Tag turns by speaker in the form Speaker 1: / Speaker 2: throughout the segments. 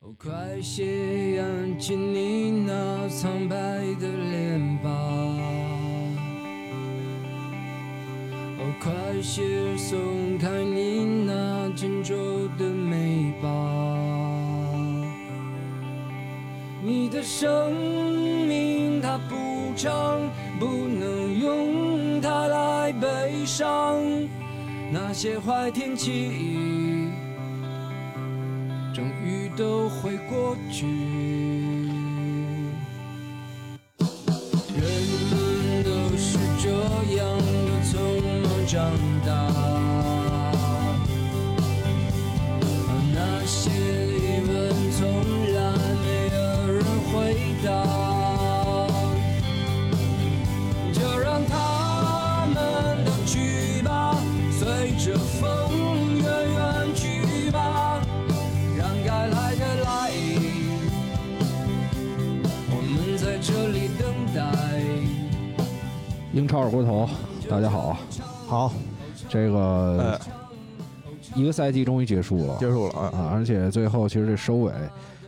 Speaker 1: 哦，快些扬起你那苍白的脸吧！哦，快些松开你那紧皱的眉吧！你的生命它不长，不能用它来悲伤。那些坏天气。终于都会过去。人们都是这样的匆忙长大，而那些疑问从来没有人回答。就让他们都去吧，随着风远远去吧。让该来的来，我们在这里等待。
Speaker 2: 英超二锅头，大家好，
Speaker 3: 好，
Speaker 2: 这个、
Speaker 3: 哎
Speaker 2: 一个赛季终于结束了
Speaker 3: 结束了啊，
Speaker 2: 啊，而且最后其实这收尾，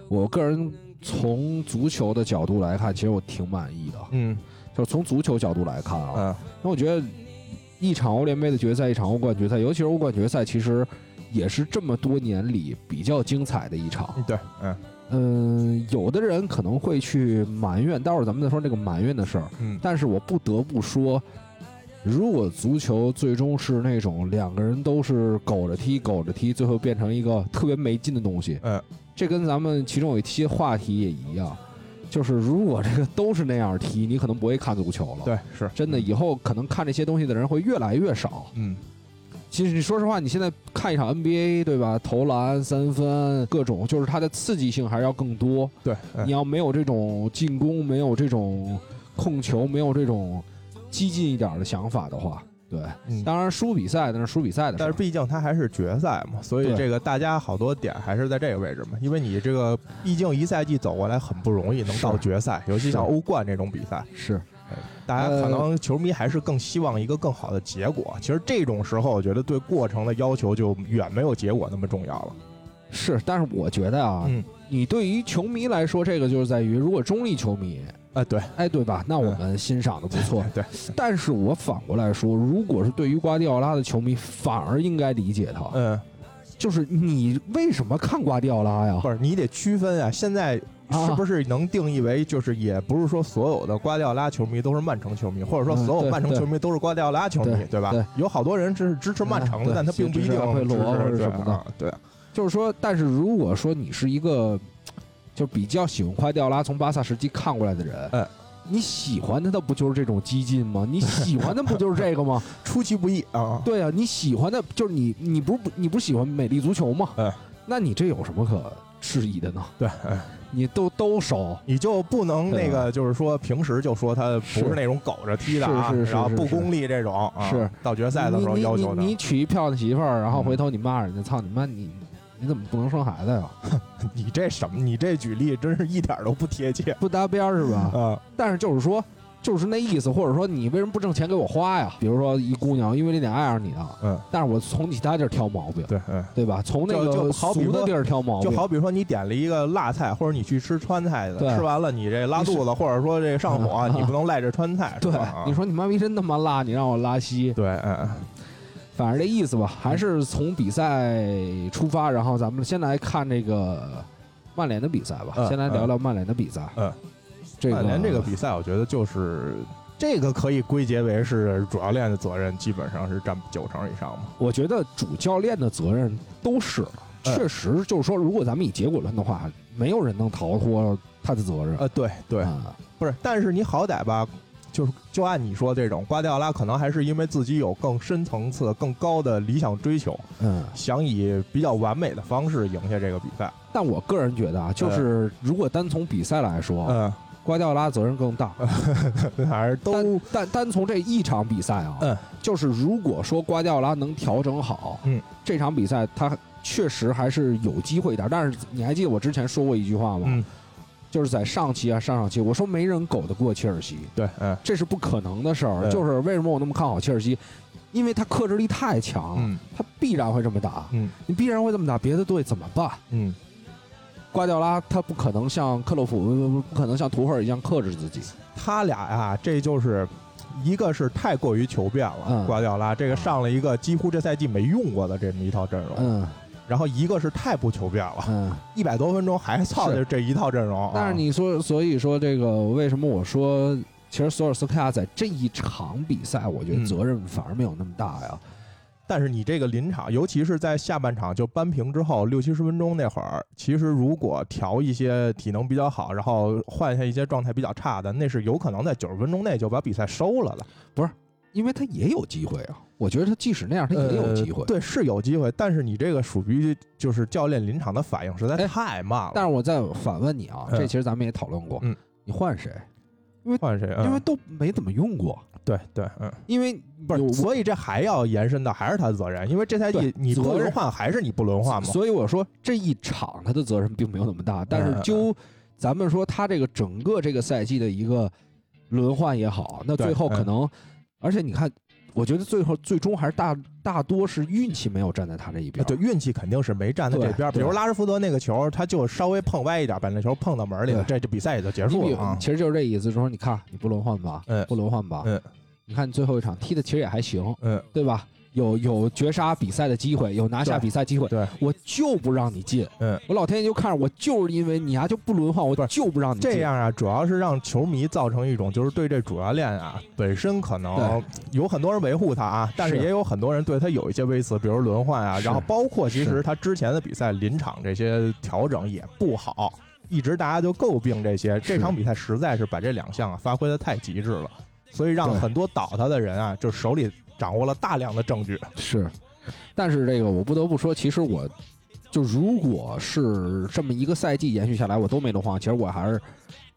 Speaker 2: 我个人从足球的角度来看，其实我挺满意的，
Speaker 3: 嗯
Speaker 2: 就是从足球角度来看啊，
Speaker 3: 嗯
Speaker 2: 那我觉得一场欧联杯的决赛，一场欧冠决赛，尤其是欧冠决赛，其实也是这么多年里比较精彩的一场。
Speaker 3: 对，嗯
Speaker 2: 嗯，有的人可能会去埋怨，待会儿咱们再说这个埋怨的事儿。
Speaker 3: 嗯
Speaker 2: 但是我不得不说，如果足球最终是那种两个人都是苟着踢、苟着踢，最后变成一个特别没劲的东西，
Speaker 3: 嗯，
Speaker 2: 这跟咱们其中有一期话题也一样，就是如果这个都是那样踢，你可能不会看足球了。
Speaker 3: 对，是
Speaker 2: 真的，，以后可能看这些东西的人会越来越少。
Speaker 3: 嗯
Speaker 2: 其实你说实话，你现在看一场 NBA，对吧？投篮、三分，各种，就是它的刺激性还是要更多。
Speaker 3: 对，嗯
Speaker 2: 你要没有这种进攻，没有这种控球，没有这种激进一点的想法的话，对，
Speaker 3: 嗯
Speaker 2: 当然输比赛那是输比赛的事
Speaker 3: 但
Speaker 2: 儿
Speaker 3: 是毕竟它还是决赛嘛，所以
Speaker 2: 对
Speaker 3: 这个大家好多点还是在这个位置嘛，因为你这个毕竟一赛季走过来很不容易，能
Speaker 2: 是
Speaker 3: 到决赛，尤其像欧冠这种比赛，
Speaker 2: 是
Speaker 3: 大家可
Speaker 2: 呃
Speaker 3: 能球迷还是更希望一个更好的结果。其实这种时候，我觉得对过程的要求就远没有结果那么重要了。
Speaker 2: 是，但是我觉得啊，
Speaker 3: 嗯，
Speaker 2: 你对于球迷来说，这个就是在于，如果中立球迷，
Speaker 3: 啊，对，
Speaker 2: 哎，对吧？那我们欣赏的不 错，
Speaker 3: 对，
Speaker 2: 但是我反过来说，如果是对于瓜迪奥拉的球迷，反而应该理解他，
Speaker 3: 嗯，
Speaker 2: 就是你为什么看瓜迪奥拉呀？
Speaker 3: 不是，你得区分啊，现在。
Speaker 2: 啊
Speaker 3: 是不是能定义为就是也不是说所有的瓜迪奥拉球迷都是曼城球迷，或者说
Speaker 2: 嗯
Speaker 3: 所有
Speaker 2: 对
Speaker 3: 曼城球迷都是瓜迪奥拉球迷，
Speaker 2: 对
Speaker 3: 对吧
Speaker 2: 对？
Speaker 3: 有好多人只是支持曼城
Speaker 2: 嗯
Speaker 3: 的，但他并不一定
Speaker 2: 对支持阿奎罗或者
Speaker 3: 支持
Speaker 2: 什么的
Speaker 3: 对啊对，
Speaker 2: 就是说，但是如果说你是一个就比较喜欢瓜迪奥拉从巴萨时期看过来的人，
Speaker 3: 哎
Speaker 2: 你喜欢他的不就是这种激进吗？你喜欢的不就是这 个吗？
Speaker 3: 出其不意啊！
Speaker 2: 对啊，你喜欢的就是你，你不是你不喜欢美丽足球吗？
Speaker 3: 哎
Speaker 2: 那你这有什么可质疑的呢？
Speaker 3: 对，哎
Speaker 2: 你都都熟，
Speaker 3: 你就不能那
Speaker 2: 对啊
Speaker 3: 个，就是说平时就说他不
Speaker 2: 是
Speaker 3: 是那种苟着踢的啊，
Speaker 2: 是是是
Speaker 3: 然后
Speaker 2: 是
Speaker 3: 不
Speaker 2: 是
Speaker 3: 功利这种啊，
Speaker 2: 是
Speaker 3: 到决赛的时候要求
Speaker 2: 你
Speaker 3: 的嗯
Speaker 2: 你你。你娶一漂亮媳妇儿，然后回头你骂人家，操你妈你！你怎么不能生孩子呀？
Speaker 3: 你这什么？你这举例真是一点儿都不贴切
Speaker 2: 不搭边儿是吧？
Speaker 3: 啊！
Speaker 2: 但是就是说，就是那意思，或者说你为什么不挣钱给我花呀？比如说一姑娘，因为这点爱上你了，
Speaker 3: 嗯，
Speaker 2: 但是我从你其他地儿挑毛病，
Speaker 3: 对，嗯，
Speaker 2: 对吧？从那
Speaker 3: 就
Speaker 2: 个
Speaker 3: 就好比
Speaker 2: 俗
Speaker 3: 说
Speaker 2: 的地儿挑毛
Speaker 3: 就
Speaker 2: 病，
Speaker 3: 好比说你点了一个辣菜，或者你去吃川菜的
Speaker 2: 对，
Speaker 3: 吃完了你这拉肚子，或者说这上火，啊
Speaker 2: 嗯
Speaker 3: 你不能赖着川菜，
Speaker 2: 对
Speaker 3: 是吧啊，
Speaker 2: 你说你妈逼真他妈辣，你让我拉稀，
Speaker 3: 对，嗯，
Speaker 2: 反正这意思吧，还是从比赛出发，然后咱们先来看这个曼联的比赛吧，
Speaker 3: 嗯
Speaker 2: 先来聊聊曼联的比赛。
Speaker 3: 嗯，
Speaker 2: 这个
Speaker 3: 曼联这个比赛，我觉得就是这个可以归结为是主教练的责任，基本上是占九成以上嘛。
Speaker 2: 我觉得主教练的责任都是，
Speaker 3: 嗯
Speaker 2: 确实就是说，如果咱们以结果论的话，没有人能逃脱他的责任。
Speaker 3: 呃，对对，
Speaker 2: 啊
Speaker 3: 不是，但是你好歹吧，就是就按你说这种瓜迪奥拉，可能还是因为自己有更深层次、更高的理想追求，
Speaker 2: 嗯，
Speaker 3: 想以比较完美的方式赢下这个比赛。
Speaker 2: 但我个人觉得啊，就是如果单从比赛来说，
Speaker 3: 哎嗯，
Speaker 2: 瓜迪奥拉责任更大。
Speaker 3: 还是都
Speaker 2: 单单单从这一场比赛啊，
Speaker 3: 嗯
Speaker 2: 就是如果说瓜迪奥拉能调整好，
Speaker 3: 嗯，
Speaker 2: 这场比赛他确实还是有机会一点。但是你还记得我之前说过一句话吗？
Speaker 3: 嗯，
Speaker 2: 就是在上期啊上上期，我说没人苟得过切尔西，
Speaker 3: 对，嗯
Speaker 2: 这是不可能的事儿。
Speaker 3: 嗯
Speaker 2: 就是为什么我那么看好切尔西，因为他克制力太强了，
Speaker 3: 嗯
Speaker 2: 他必然会这么打，
Speaker 3: 嗯
Speaker 2: 你必然会这么打，别的队怎么办？
Speaker 3: 嗯，
Speaker 2: 瓜迪奥拉他不可能像克洛普，不不不可能像图赫尔一样克制自己。
Speaker 3: 他俩啊，这就是一个是太过于求变了，
Speaker 2: 嗯
Speaker 3: 瓜迪奥拉这个上了一个几乎这赛季没用过的这么一套阵容，
Speaker 2: 嗯
Speaker 3: 然后一个是太不求变了，
Speaker 2: 嗯，
Speaker 3: 一百多分钟还操
Speaker 2: 是
Speaker 3: 着这一套阵容啊，
Speaker 2: 但是你说，所以说这个为什么我说，其实索尔斯克亚在这一场比赛，我觉得
Speaker 3: 嗯
Speaker 2: 责任反而没有那么大呀。
Speaker 3: 但是你这个临场，尤其是在下半场就扳平之后六七十分钟那会儿，其实如果调一些体能比较好，然后换下一些状态比较差的，那是有可能在九十分钟内就把比赛收了的。
Speaker 2: 因为他也有机会啊，我觉得他即使那样，他也有机会。
Speaker 3: 呃对，是有机会，但是你这个属于就是教练临场的反应实在
Speaker 2: 哎
Speaker 3: 太慢了。
Speaker 2: 但是我再反问你啊，
Speaker 3: 嗯
Speaker 2: 这其实咱们也讨论过，
Speaker 3: 嗯
Speaker 2: 你换谁？
Speaker 3: 换谁？嗯
Speaker 2: 因为都没怎么用过，
Speaker 3: 对对，嗯，
Speaker 2: 因为
Speaker 3: 不
Speaker 2: 有
Speaker 3: 是，所以这还要延伸到还是他的责任，因为这赛
Speaker 2: 对
Speaker 3: 季你
Speaker 2: 责
Speaker 3: 不轮
Speaker 2: 任
Speaker 3: 换还是你不轮换嘛。
Speaker 2: 所以我说这一场他的责任并没有那么大，但
Speaker 3: 嗯
Speaker 2: 是
Speaker 3: 嗯
Speaker 2: 就咱们说他这个整个这个赛季的一个轮换也好，那
Speaker 3: 对
Speaker 2: 最后可
Speaker 3: 嗯
Speaker 2: 能，而且你看，我觉得最后最终还是大大多是运气没有站在他这一边。
Speaker 3: 哎对，运气肯定是没站在这
Speaker 2: 对
Speaker 3: 边儿。比
Speaker 2: 对
Speaker 3: 如拉什福德那个球，他就稍微碰歪一点，把那球碰到门里了，这这比赛也就结
Speaker 2: 你
Speaker 3: 束
Speaker 2: 比
Speaker 3: 了啊。
Speaker 2: 其实就是这意思，就是说你看你不轮换吧，
Speaker 3: 嗯
Speaker 2: 不轮换吧，
Speaker 3: 嗯
Speaker 2: 你看你最后一场踢的其实也还行，
Speaker 3: 嗯，
Speaker 2: 对吧？有有绝杀比赛的机会，有拿下
Speaker 3: 对
Speaker 2: 比赛机会，
Speaker 3: 对，
Speaker 2: 我就不让你进。
Speaker 3: 嗯，
Speaker 2: 我老天爷就看着我，就是因为你啊呀、就不轮换，我
Speaker 3: 不是
Speaker 2: 嗯就不让你进。
Speaker 3: 这样啊，主要是让球迷造成一种就是对这主教练啊本身可能
Speaker 2: 对
Speaker 3: 有很多人维护他啊，但是
Speaker 2: 是
Speaker 3: 也有很多人对他有一些微词，比如轮换啊，
Speaker 2: 是
Speaker 3: 然后包括其实
Speaker 2: 是
Speaker 3: 他之前的比赛临场这些调整也不好。一直大家就诟病这些，这
Speaker 2: 是
Speaker 3: 场比赛实在是把这两项啊发挥的太极致了，所以让
Speaker 2: 对
Speaker 3: 很多倒他的人啊，就手里掌握了大量的证据。
Speaker 2: 是，但是这个我不得不说，其实我就如果是这么一个赛季延续下来，我都没轮换，其实我还是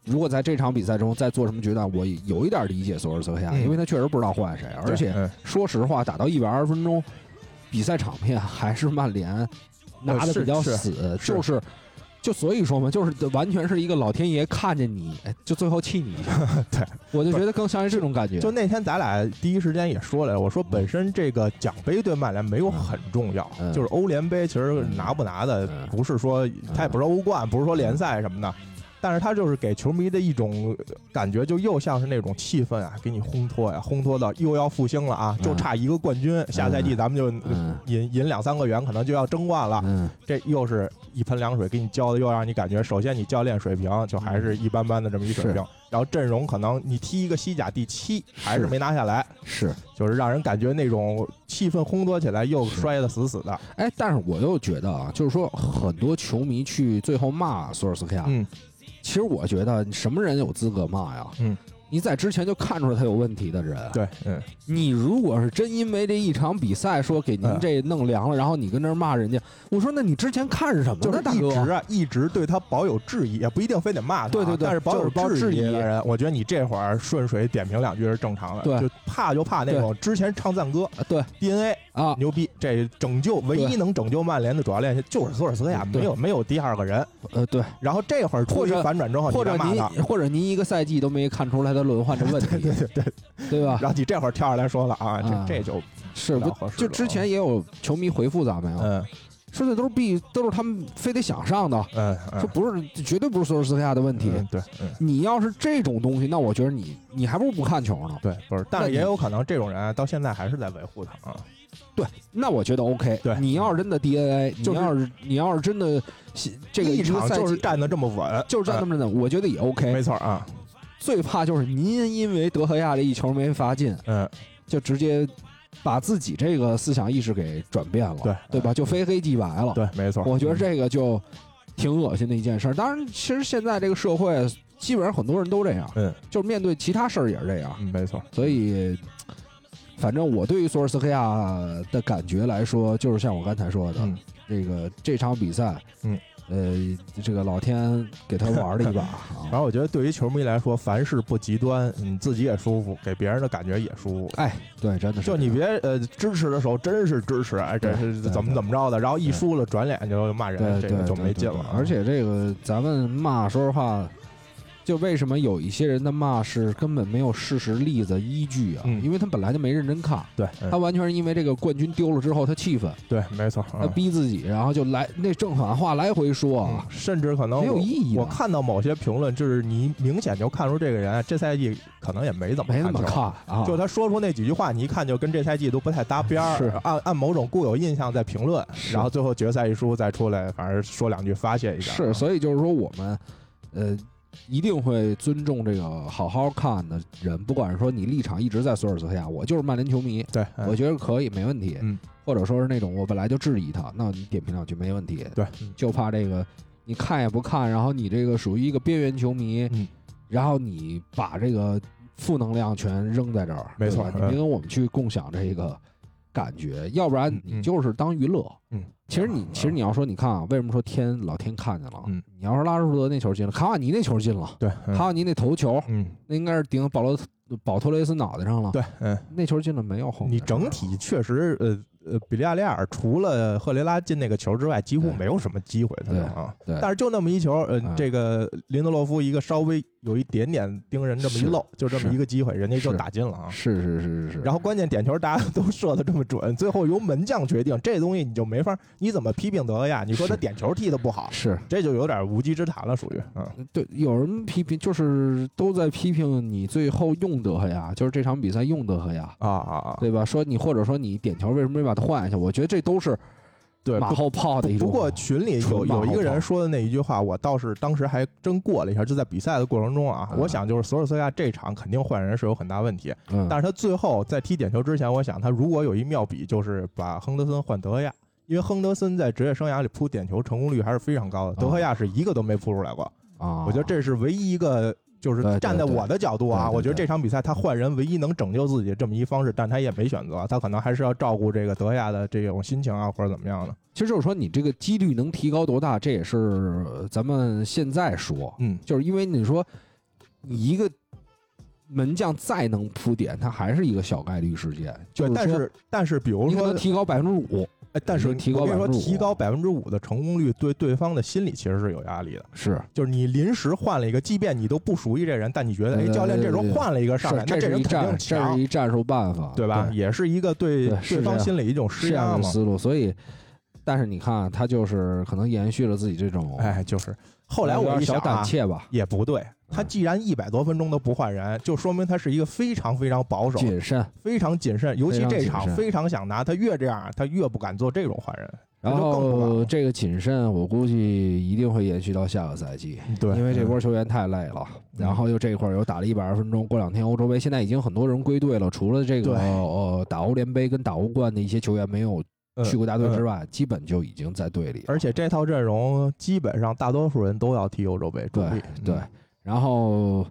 Speaker 2: 如果在这场比赛中再做什么决断，我有一点理解索尔斯克亚，
Speaker 3: 嗯
Speaker 2: 因为他确实不知道换谁，而且
Speaker 3: 嗯
Speaker 2: 说实话，打到一百二十分钟，比赛场面还是曼联拿的
Speaker 3: 是
Speaker 2: 比较
Speaker 3: 是
Speaker 2: 死，
Speaker 3: 是
Speaker 2: 就是。就所以说嘛，就是完全是一个老天爷看见你，哎，就最后气你一下
Speaker 3: 。对，
Speaker 2: 我就觉得更像是这种感觉。
Speaker 3: 就那天咱俩第一时间也说了，我说本身这个奖杯对曼联没有很重要，
Speaker 2: 嗯
Speaker 3: 就是欧联杯其实拿不拿的
Speaker 2: 嗯
Speaker 3: 不是说它也不是欧冠，不是说联赛什么的。但是它就是给球迷的一种感觉，就又像是那种气氛啊，给你烘托呀、烘托到又要复兴了啊，
Speaker 2: 嗯
Speaker 3: 就差一个冠军，下赛季咱们就
Speaker 2: 嗯
Speaker 3: 引引两三个元，可能就要争冠了。
Speaker 2: 嗯，
Speaker 3: 这又是一盆凉水给你浇的，又让你感觉，首先你教练水平就还是一般般的这么一水平，然后阵容可能你踢一个西甲第七还是没拿下来，
Speaker 2: 是。
Speaker 3: 就是让人感觉那种气氛烘托起来又摔得死死的。
Speaker 2: 哎，但是我又觉得啊，就是说很多球迷去最后骂索尔斯克亚，
Speaker 3: 嗯
Speaker 2: 其实我觉得什么人有资格骂呀？
Speaker 3: 嗯，
Speaker 2: 你在之前就看出来他有问题的人，
Speaker 3: 对，嗯，
Speaker 2: 你如果是真因为这一场比赛说给您
Speaker 3: 嗯
Speaker 2: 这弄凉了，然后你跟那儿骂人家，我说那你之前看什么
Speaker 3: 就
Speaker 2: 呢，
Speaker 3: 是
Speaker 2: 大
Speaker 3: 一
Speaker 2: 哥？
Speaker 3: 直啊，一直对他保有质疑，也不一定非得骂他啊，
Speaker 2: 对对对
Speaker 3: 但是保
Speaker 2: 就是抱
Speaker 3: 有质
Speaker 2: 质
Speaker 3: 疑
Speaker 2: 疑
Speaker 3: 的人，我觉得你这会儿顺水点评两句是正常的，
Speaker 2: 对
Speaker 3: 就怕就怕那种之前唱赞歌
Speaker 2: 啊对
Speaker 3: DNA
Speaker 2: 啊，
Speaker 3: 牛逼，这拯救唯一
Speaker 2: 对
Speaker 3: 能拯救曼联的主教练就是索尔斯克亚，
Speaker 2: 对
Speaker 3: 没有没有第二个人。
Speaker 2: 呃对，
Speaker 3: 然后这会儿出
Speaker 2: 或
Speaker 3: 于
Speaker 2: 者
Speaker 3: 反转之后，
Speaker 2: 或者
Speaker 3: 哦你再骂
Speaker 2: 您
Speaker 3: 他，
Speaker 2: 或者您一个赛季都没看出来他轮换这问 题，对对对吧？
Speaker 3: 然后你这会儿跳下来说了啊，
Speaker 2: 啊
Speaker 3: 这这就，
Speaker 2: 是
Speaker 3: 不
Speaker 2: 不
Speaker 3: 大合适
Speaker 2: 就
Speaker 3: 了
Speaker 2: 之前也有球迷回复咱们呀，
Speaker 3: 嗯
Speaker 2: 说这都是必都是他们非得想上的，
Speaker 3: 嗯
Speaker 2: 这
Speaker 3: 嗯，
Speaker 2: 不是，这绝对不是索尔斯克亚的问题。
Speaker 3: 嗯对，嗯
Speaker 2: 你要是这种东西，那我觉得你你还不如不看球呢。
Speaker 3: 对，不是，但
Speaker 2: 那
Speaker 3: 是也
Speaker 2: 你
Speaker 3: 有可能这种人啊到现在还是在维护他啊，
Speaker 2: 那我觉得 OK。
Speaker 3: 对
Speaker 2: 你要是真的 DNA，
Speaker 3: 就是
Speaker 2: 你要是你要是真的喜这个
Speaker 3: 一场
Speaker 2: 个赛季
Speaker 3: 就是站得这么稳，
Speaker 2: 就是站那么着的，我觉得也
Speaker 3: 嗯
Speaker 2: OK
Speaker 3: 啊没。错啊，
Speaker 2: 最怕就是您因为德赫亚这一球没罚进，
Speaker 3: 嗯，
Speaker 2: 就直接把自己这个思想意识给转变了，
Speaker 3: 对
Speaker 2: 对吧？就非黑即白了。
Speaker 3: 对，没错，
Speaker 2: 我觉得
Speaker 3: 嗯
Speaker 2: 这个就挺恶心的一件事儿。当然，其实现在这个社会基本上很多人都这样，
Speaker 3: 嗯，
Speaker 2: 就是面对其他事儿也是这样。
Speaker 3: 嗯没错，
Speaker 2: 所以，反正我对于索尔斯克亚的感觉来说，就是像我刚才说的，
Speaker 3: 嗯
Speaker 2: 这个这场比赛，
Speaker 3: 嗯，
Speaker 2: 呃，这个老天给他玩 了一把
Speaker 3: 反
Speaker 2: 啊。
Speaker 3: 正我觉得对于球迷来说，凡事不极端，你自己也舒服，给别人的感觉也舒服。
Speaker 2: 哎，对，真的是
Speaker 3: 就你别呃支持的时候真是支持，哎，这
Speaker 2: 对
Speaker 3: 是
Speaker 2: 对
Speaker 3: 怎么
Speaker 2: 对
Speaker 3: 怎么着的，然后一
Speaker 2: 对
Speaker 3: 输了转脸就骂
Speaker 2: 这样
Speaker 3: 人，
Speaker 2: 对
Speaker 3: 这
Speaker 2: 对
Speaker 3: 个就
Speaker 2: 对
Speaker 3: 没
Speaker 2: 对
Speaker 3: 劲啊
Speaker 2: 对
Speaker 3: 了。
Speaker 2: 而且这个咱们骂，说实话，就为什么有一些人的骂是根本没有事实例子依据啊？
Speaker 3: 嗯
Speaker 2: 因为他本来就没认真看，
Speaker 3: 对，嗯
Speaker 2: 他完全是因为这个冠军丢了之后他气愤，
Speaker 3: 对，没错，
Speaker 2: 他
Speaker 3: 嗯
Speaker 2: 逼自己，然后就来那正反话来回说啊
Speaker 3: 嗯，甚至可能
Speaker 2: 没有
Speaker 3: 我
Speaker 2: 意义的
Speaker 3: 我看到某些评论，就是你明显就看出这个人啊这赛季可能也没怎么
Speaker 2: 没怎么
Speaker 3: 嗯球
Speaker 2: 看啊，
Speaker 3: 就他说出那几句话，你一看就跟这赛季都不太搭边儿，
Speaker 2: 是
Speaker 3: 按按某种固有印象在评论，
Speaker 2: 是
Speaker 3: 然后最后决赛一输再出来，反正说两句发泄一下。
Speaker 2: 是，所以就是说我们，呃，一定会尊重这个好好看的人，不管是说你立场一直在索尔斯克亚，我就是曼联球迷，
Speaker 3: 对，嗯
Speaker 2: 我觉得可以没问题，
Speaker 3: 嗯
Speaker 2: 或者说是那种我本来就质疑他，那你点评两句没问题，
Speaker 3: 对，嗯
Speaker 2: 就怕这个你看也不看，然后你这个属于一个边缘球迷，
Speaker 3: 嗯
Speaker 2: 然后你把这个负能量全扔在这儿，
Speaker 3: 没错
Speaker 2: 对吧你
Speaker 3: 嗯
Speaker 2: 别跟我们去共享这个感觉，要不然
Speaker 3: 嗯
Speaker 2: 你就是当娱乐。
Speaker 3: 嗯
Speaker 2: 其实你
Speaker 3: 嗯
Speaker 2: 其实你要说，你看啊，为什么说天老天看见了？
Speaker 3: 嗯
Speaker 2: 你要是拉什福德那球进了，卡瓦尼那球进了，
Speaker 3: 对，嗯
Speaker 2: 卡瓦尼那头球，
Speaker 3: 嗯，
Speaker 2: 那应该是顶保罗保托雷斯脑袋上了。
Speaker 3: 对，嗯，
Speaker 2: 那球进了没有后面？
Speaker 3: 你整体确实，呃呃，比利亚雷尔除了赫雷拉进那个球之外，几乎
Speaker 2: 对
Speaker 3: 没有什么机会他
Speaker 2: 对
Speaker 3: 们啊。
Speaker 2: 对
Speaker 3: 但是就那么一球，呃
Speaker 2: 嗯，
Speaker 3: 这个林德洛夫一个稍微有一点点盯人这么一
Speaker 2: 是
Speaker 3: 漏，就这么
Speaker 2: 是
Speaker 3: 一个机会，人家就是打进了啊。
Speaker 2: 是是是是是。
Speaker 3: 然后关键点球大家都射的这么准，最后由门将决定，这东西你就没法，你怎么批评德赫亚？你说他
Speaker 2: 是
Speaker 3: 点球踢的不好，
Speaker 2: 是
Speaker 3: 这就有点无稽之谈了，属于嗯，
Speaker 2: 对，有人批评，就是都在批评你最后用德赫亚，就是这场比赛用德赫亚，
Speaker 3: 啊啊啊，
Speaker 2: 对吧？说你或者说你点球为什么没把他换一下？我觉得这都是
Speaker 3: 对。
Speaker 2: 马
Speaker 3: 不
Speaker 2: 后炮的一种。啊
Speaker 3: 不过群里有
Speaker 2: 纯马后
Speaker 3: 有一个
Speaker 2: 炮
Speaker 3: 人说的那一句话，我倒是当时还真过了一下，就在比赛的过程中啊，
Speaker 2: 嗯
Speaker 3: 我想就是索尔斯克亚这场肯定换人是有很大问题，
Speaker 2: 嗯，
Speaker 3: 但是他最后在踢点球之前，我想他如果有一妙笔，就是把亨德森换德赫亚，因为亨德森在职业生涯里扑点球成功率还是非常
Speaker 2: 嗯
Speaker 3: 高的，德赫亚是一个都没扑出来过。
Speaker 2: 啊，
Speaker 3: 我觉得这是唯一一个，就是
Speaker 2: 对对
Speaker 3: 站在我的角度
Speaker 2: 对
Speaker 3: 啊，
Speaker 2: 对对
Speaker 3: 我觉得这场比赛他换人唯一能拯救自己的这么一方式，但他也没选择，他可能还是要照顾这个德亚的这种心情啊，或者怎么样的。
Speaker 2: 其实就是说你这个几率能提高多大，这也是呃咱们现在说，
Speaker 3: 嗯，
Speaker 2: 就是因为你说一个门将再能铺点，它还是一个小概率事件。就
Speaker 3: 对，但
Speaker 2: 说
Speaker 3: 是但是比如
Speaker 2: 你可
Speaker 3: 说
Speaker 2: 能，提高百分之五，
Speaker 3: 哎但是
Speaker 2: 你提高
Speaker 3: 我跟你说，
Speaker 2: 5%
Speaker 3: 提高百分之五的成功率，对对方的心理其实是有压力的。
Speaker 2: 是
Speaker 3: 就是你临时换了一个，即便你都不熟悉这人，但你觉得，
Speaker 2: 对
Speaker 3: 哎，
Speaker 2: 对
Speaker 3: 教练
Speaker 2: 对
Speaker 3: 这时候
Speaker 2: 对对
Speaker 3: 换了一个上
Speaker 2: 是
Speaker 3: 来，，那
Speaker 2: 是
Speaker 3: 人
Speaker 2: 一
Speaker 3: 肯定
Speaker 2: 战，这
Speaker 3: 强
Speaker 2: 是，一战术办法，
Speaker 3: 对吧？也是一个对
Speaker 2: 对是这
Speaker 3: 对方
Speaker 2: 样
Speaker 3: 心理一种
Speaker 2: 是
Speaker 3: 施
Speaker 2: 这
Speaker 3: 压
Speaker 2: 样的
Speaker 3: 嘛。
Speaker 2: 思路，所以，但是你看啊，他就是可能延续了自己这种，
Speaker 3: 哎，就是后来我一想
Speaker 2: 小胆
Speaker 3: 啊，
Speaker 2: 怯吧，
Speaker 3: 也不对，他
Speaker 2: 嗯
Speaker 3: 既然一百多分钟都不换人，就说明他是一个非常非常保守、
Speaker 2: 谨慎，
Speaker 3: 非常谨慎，尤其
Speaker 2: 非
Speaker 3: 这
Speaker 2: 常谨
Speaker 3: 场
Speaker 2: 慎
Speaker 3: 非常想拿，他越这样，他越不敢做这种换人。那
Speaker 2: 然
Speaker 3: 就更不敢
Speaker 2: 后
Speaker 3: 了
Speaker 2: 这个谨慎，我估计一定会延续到下个赛季，
Speaker 3: 对嗯
Speaker 2: 因为这波球员太累了，然后又这一块儿又打了一百二分钟，过两天欧洲杯，现在已经很多人归队了，除了这个
Speaker 3: 对
Speaker 2: 呃打欧联杯跟打欧冠的一些球员没有去过大队之
Speaker 3: 外，嗯
Speaker 2: 外，基本就已经在队里了，
Speaker 3: 而且这套阵容基本上大多数人都要踢欧洲杯主
Speaker 2: 对
Speaker 3: 力。
Speaker 2: 对
Speaker 3: 嗯，
Speaker 2: 然后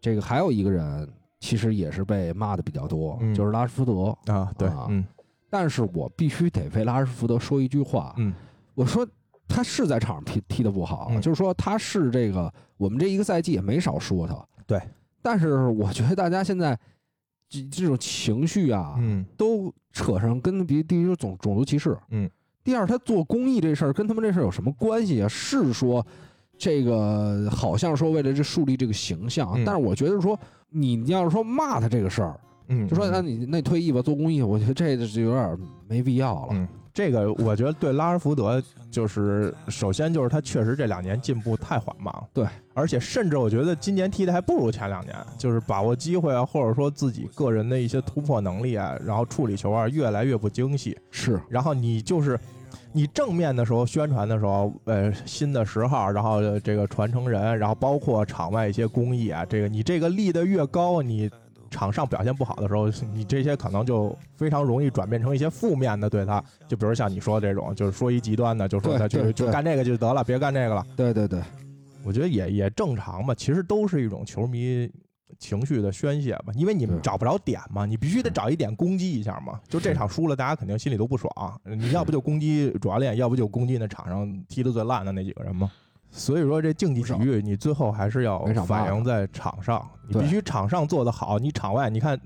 Speaker 2: 这个还有一个人，其实也是被骂的比较多，
Speaker 3: 嗯
Speaker 2: 就是拉什福德。
Speaker 3: 啊，对
Speaker 2: 啊，
Speaker 3: 嗯
Speaker 2: 但是我必须得为拉什福德说一句话，
Speaker 3: 嗯，
Speaker 2: 我说他是在场上踢踢的不好，
Speaker 3: 嗯
Speaker 2: 就是说他是这个我们这一个赛季也没少说他，
Speaker 3: 对。
Speaker 2: 但是我觉得大家现在这这种情绪啊，
Speaker 3: 嗯
Speaker 2: 都扯上跟别第一就是种种族歧视，
Speaker 3: 嗯。
Speaker 2: 第二，他做公益这事儿跟他们这事儿有什么关系啊？是说这个好像说为了这树立这个形象，啊
Speaker 3: 嗯
Speaker 2: 但是我觉得说你要是说骂他这个事儿，
Speaker 3: 嗯，
Speaker 2: 就说
Speaker 3: 嗯
Speaker 2: 那你那你退役吧，做公益，我觉得这就有点没必要了。
Speaker 3: 嗯，这个我觉得对拉什福德就是，首先就是他确实这两年进步太缓慢了，
Speaker 2: 对，
Speaker 3: 而且甚至我觉得今年踢的还不如前两年，就是把握机会啊，或者说自己个人的一些突破能力啊，然后处理球啊越来越不精细，
Speaker 2: 是，
Speaker 3: 然后你就是。你正面的时候宣传的时候，呃，新的十号，然后呃这个传承人，然后包括场外一些工艺啊，这个你这个立得越高，你场上表现不好的时候，你这些可能就非常容易转变成一些负面的对他，就比如像你说的这种，就是说一极端的，就说
Speaker 2: 对
Speaker 3: 他就
Speaker 2: 对
Speaker 3: 就
Speaker 2: 对
Speaker 3: 干这个就得了，别干这个了。
Speaker 2: 对对对，
Speaker 3: 我觉得也也正常嘛，其实都是一种球迷情绪的宣泄吧，因为你
Speaker 2: 对
Speaker 3: 们找不着点嘛，你必须得
Speaker 2: 是
Speaker 3: 找一点攻击一下嘛。就这
Speaker 2: 是
Speaker 3: 场输了，大家肯定心里都不爽，你
Speaker 2: 是
Speaker 3: 要不就攻击主教练，要不就攻击那场上踢得最烂的那几个人嘛。所以说，这竞技体育你最后还是要
Speaker 2: 没场
Speaker 3: 反
Speaker 2: 办
Speaker 3: 映在场上，你
Speaker 2: 对
Speaker 3: 必须场上做得好，你场外你看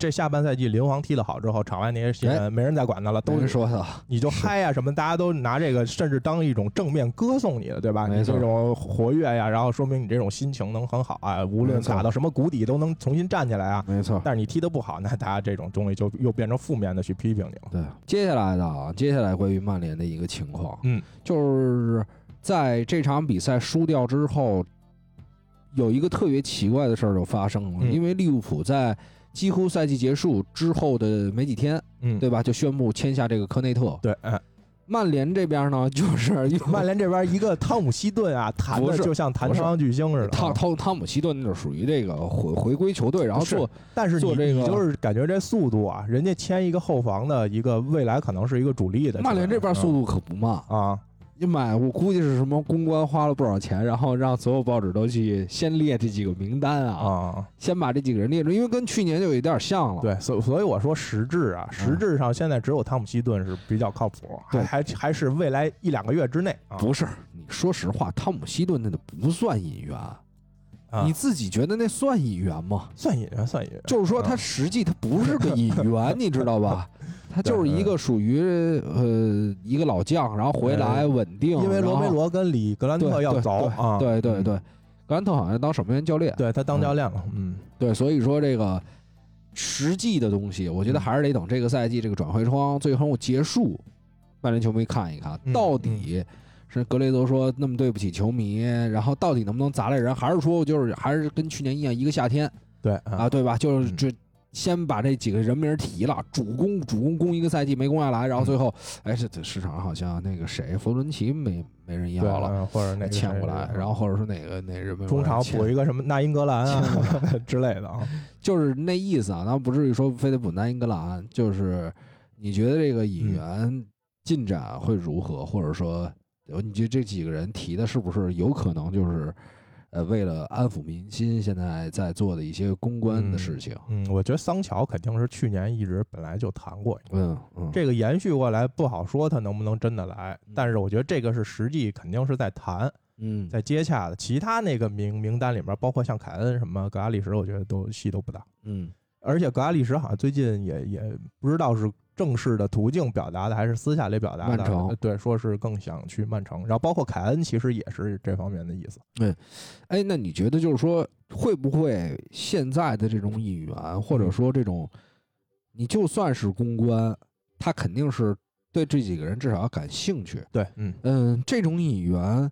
Speaker 3: 这下半赛季林皇踢得好之后，场外那些新
Speaker 2: 哎
Speaker 3: 闻没人再管他了，都
Speaker 2: 都是说的，
Speaker 3: 你就是嗨啊 呀、什么，大家都拿这个，甚至当一种正面歌颂你的，对吧？
Speaker 2: 没
Speaker 3: 你
Speaker 2: 错
Speaker 3: 这种活跃呀、然后说明你这种心情能很好啊，无论
Speaker 2: 没错
Speaker 3: 打到什么谷底都能重新站起来啊。
Speaker 2: 没错。
Speaker 3: 但是你踢得不好，那大家这种东西就又变成负面的去批评你了。
Speaker 2: 对，接下来的啊，接下来关于曼联的一个情况，
Speaker 3: 嗯，
Speaker 2: 就是在这场比赛输掉之后，有一个特别奇怪的事儿就发生了，
Speaker 3: 嗯
Speaker 2: 因为利物浦在几乎赛季结束之后的没几天，
Speaker 3: 嗯，
Speaker 2: 对吧，就宣布签下这个科内特。
Speaker 3: 对，哎
Speaker 2: 曼联这边呢，就是用
Speaker 3: 曼联这边一个汤姆希顿啊，弹
Speaker 2: 不
Speaker 3: 的
Speaker 2: 是
Speaker 3: 就像弹
Speaker 2: 不是
Speaker 3: 朝阳巨星似的。
Speaker 2: 汤
Speaker 3: 啊
Speaker 2: 汤汤姆希顿就属于这个回回归球队，然后做
Speaker 3: 但是你
Speaker 2: 做这个
Speaker 3: 你就是感觉这速度啊，人家签一个后防的一个未来可能是一个主力的球员。
Speaker 2: 曼联这边速度可不慢，哎
Speaker 3: 嗯啊，
Speaker 2: 你买我估计是什么公关花了不少钱，然后让所有报纸都去先列这几个名单啊，
Speaker 3: 啊，
Speaker 2: 先把这几个人列出，因为跟去年就有点像了。
Speaker 3: 对，所所以我说实质啊，实质上现在只有汤姆希顿是比较靠谱，
Speaker 2: 嗯对
Speaker 3: 还还还是未来一两个月之内啊，
Speaker 2: 不是，你说实话，汤姆希顿那都不算引援，
Speaker 3: 啊
Speaker 2: 你自己觉得那算引援吗？
Speaker 3: 算引援算引援，
Speaker 2: 就是说，他实际他不是个引
Speaker 3: 啊
Speaker 2: 援，你知道 吧？他就是一个属于呃一个老将，然后回来
Speaker 3: 呃
Speaker 2: 稳定。
Speaker 3: 因为罗梅
Speaker 2: 然后
Speaker 3: 罗跟里格兰特
Speaker 2: 对
Speaker 3: 要
Speaker 2: 对
Speaker 3: 走啊，
Speaker 2: 对对
Speaker 3: 嗯
Speaker 2: 对，格兰特好像当守门员教练。
Speaker 3: 对他当教练了，嗯，
Speaker 2: 对，所以说这个实际的东西，我
Speaker 3: 嗯
Speaker 2: 觉得还是得等这个赛季这个转会窗最后结束，曼联球迷看一看
Speaker 3: 嗯
Speaker 2: 到底是格雷泽说那么对不起球迷，然后到底能不能砸来人，还是说就是还是跟去年一样一个夏天
Speaker 3: 对
Speaker 2: 啊，
Speaker 3: 啊，
Speaker 2: 对吧？就是
Speaker 3: 嗯
Speaker 2: 这。先把这几个人名儿提了，主攻主攻攻一个赛季没攻下来，然后
Speaker 3: 嗯
Speaker 2: 最后，哎，这这市场上好像那个谁佛罗伦齐没没人要
Speaker 3: 对
Speaker 2: 了，
Speaker 3: 嗯或者那个
Speaker 2: 签过
Speaker 3: 谁
Speaker 2: 来，然后或者说哪个哪人没
Speaker 3: 中
Speaker 2: 过来
Speaker 3: 场
Speaker 2: 签
Speaker 3: 补一个什么纳英格兰啊 之类的啊，
Speaker 2: 就是那意思啊，咱不至于说非得补南英格兰，就是你觉得这个
Speaker 3: 嗯
Speaker 2: 引援进展会如何，或者说呃你觉得这几个人提的是不是有可能就是呃为了安抚民心，现在在做的一些公关的事情？
Speaker 3: 嗯，我觉得桑乔肯定是去年一直本来就谈过，
Speaker 2: 嗯嗯，
Speaker 3: 这个延续过来不好说他能不能真的来，但是我觉得这个是实际肯定是在谈。
Speaker 2: 嗯
Speaker 3: 在接洽的，其他那个名名单里面，包括像凯恩什么格拉利什，我觉得都戏都不大。
Speaker 2: 嗯
Speaker 3: 而且格拉利什好像最近也也不知道是正式的途径表达的，还是私下里表达的。呃
Speaker 2: 曼城
Speaker 3: 对，说是更想去曼城。然后包括凯恩，其实也是这方面的意思。
Speaker 2: 哎，那你觉得就是说，会不会现在的这种引援，或
Speaker 3: 嗯
Speaker 2: 者说这种，你就算是公关，他肯定是对这几个人至少要感兴趣。
Speaker 3: 对，嗯，
Speaker 2: 嗯，这种引援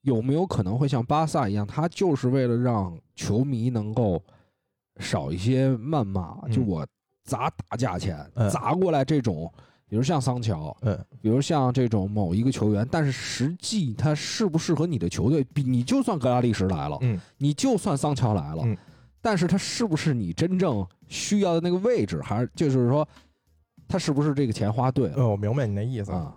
Speaker 2: 有没有可能会像巴萨一样，他就是为了让球迷能够少一些谩骂？就
Speaker 3: 嗯
Speaker 2: 我砸大价钱、
Speaker 3: 嗯
Speaker 2: 砸过来这种，比如像桑乔，
Speaker 3: 嗯，
Speaker 2: 比如像这种某一个球员，但是实际他适不适合你的球队，比你就算格拉利什来了，
Speaker 3: 嗯，
Speaker 2: 你就算桑乔来了，
Speaker 3: 嗯
Speaker 2: 但是他是不是你真正需要的那个位置，还是就是说他是不是这个钱花对了
Speaker 3: 嗯，我明白你的意思。
Speaker 2: 啊？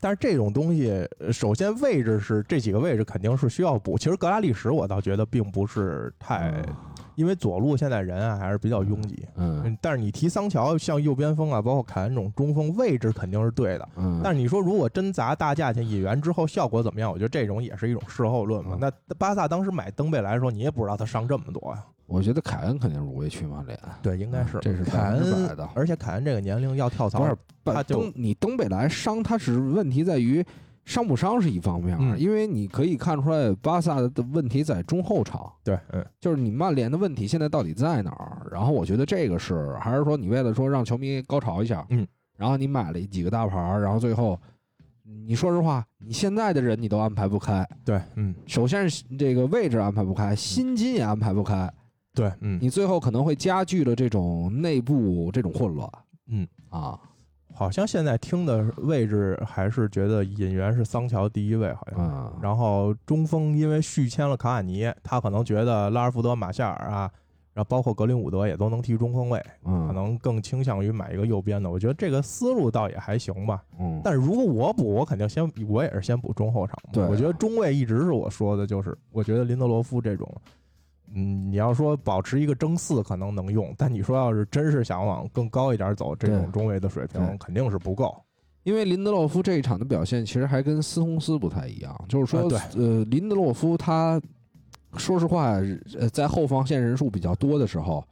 Speaker 3: 但是这种东西，呃首先位置是这几个位置肯定是需要补。其实格拉利什，我倒觉得并不是太，
Speaker 2: 啊
Speaker 3: 因为左路现在人啊还是比较拥挤。
Speaker 2: 嗯
Speaker 3: 嗯，但是你提桑乔，像右边锋啊，包括凯恩这种中锋位置肯定是对的。
Speaker 2: 嗯，
Speaker 3: 但是你说如果真砸大价钱引援之后效果怎么样？我觉得这种也是一种事后论嘛
Speaker 2: 嗯。
Speaker 3: 那巴萨当时买登贝莱的时候，你也不知道他伤这么多呀、
Speaker 2: 我觉得凯恩肯定是不会去曼联，
Speaker 3: 对，应该是、
Speaker 2: 啊这是
Speaker 3: 凯
Speaker 2: 百分之百
Speaker 3: 恩
Speaker 2: 的啊
Speaker 3: 而且凯恩这个年龄要跳槽，
Speaker 2: 不是
Speaker 3: 他就
Speaker 2: 登你登贝莱伤，他是问题在于伤不伤是一方面，啊
Speaker 3: 嗯
Speaker 2: 因为你可以看出来巴萨的问题在中后场，
Speaker 3: 对，嗯
Speaker 2: 就是你曼联的问题现在到底在哪儿？然后我觉得这个是还是说你为了说让球迷高潮一下，
Speaker 3: 嗯，
Speaker 2: 然后你买了几个大牌儿，然后最后。你说实话，你现在的人你都安排不开，
Speaker 3: 对，嗯
Speaker 2: 首先是这个位置安排不开，薪金也安排不开，
Speaker 3: 对，嗯，
Speaker 2: 你最后可能会加剧了这种内部这种混乱。
Speaker 3: 嗯
Speaker 2: 啊，
Speaker 3: 好像现在听的位置还是觉得引援是桑乔第一位，好像。
Speaker 2: 嗯，
Speaker 3: 然后中锋因为续签了卡瓦尼，他可能觉得拉尔福德、马夏尔啊，然后包括格林伍德也都能踢中锋位，
Speaker 2: 嗯，
Speaker 3: 可能更倾向于买一个右边的。我觉得这个思路倒也还行吧。
Speaker 2: 嗯，
Speaker 3: 但是如果我补，我肯定先我也是先补中后场嘛。
Speaker 2: 对
Speaker 3: 我觉得中卫一直是我说的，就是我觉得林德罗夫这种，嗯，你要说保持一个争四可能能用，但你说要是真是想往更高一点走，这
Speaker 2: 对
Speaker 3: 种中卫的水
Speaker 2: 对
Speaker 3: 平肯定是不够。
Speaker 2: 因为林德洛夫这一场的表现其实还跟斯通斯不太一样，就是说，
Speaker 3: 啊对
Speaker 2: 呃，林德洛夫他说实话，呃，在后防线人数比较多的时候，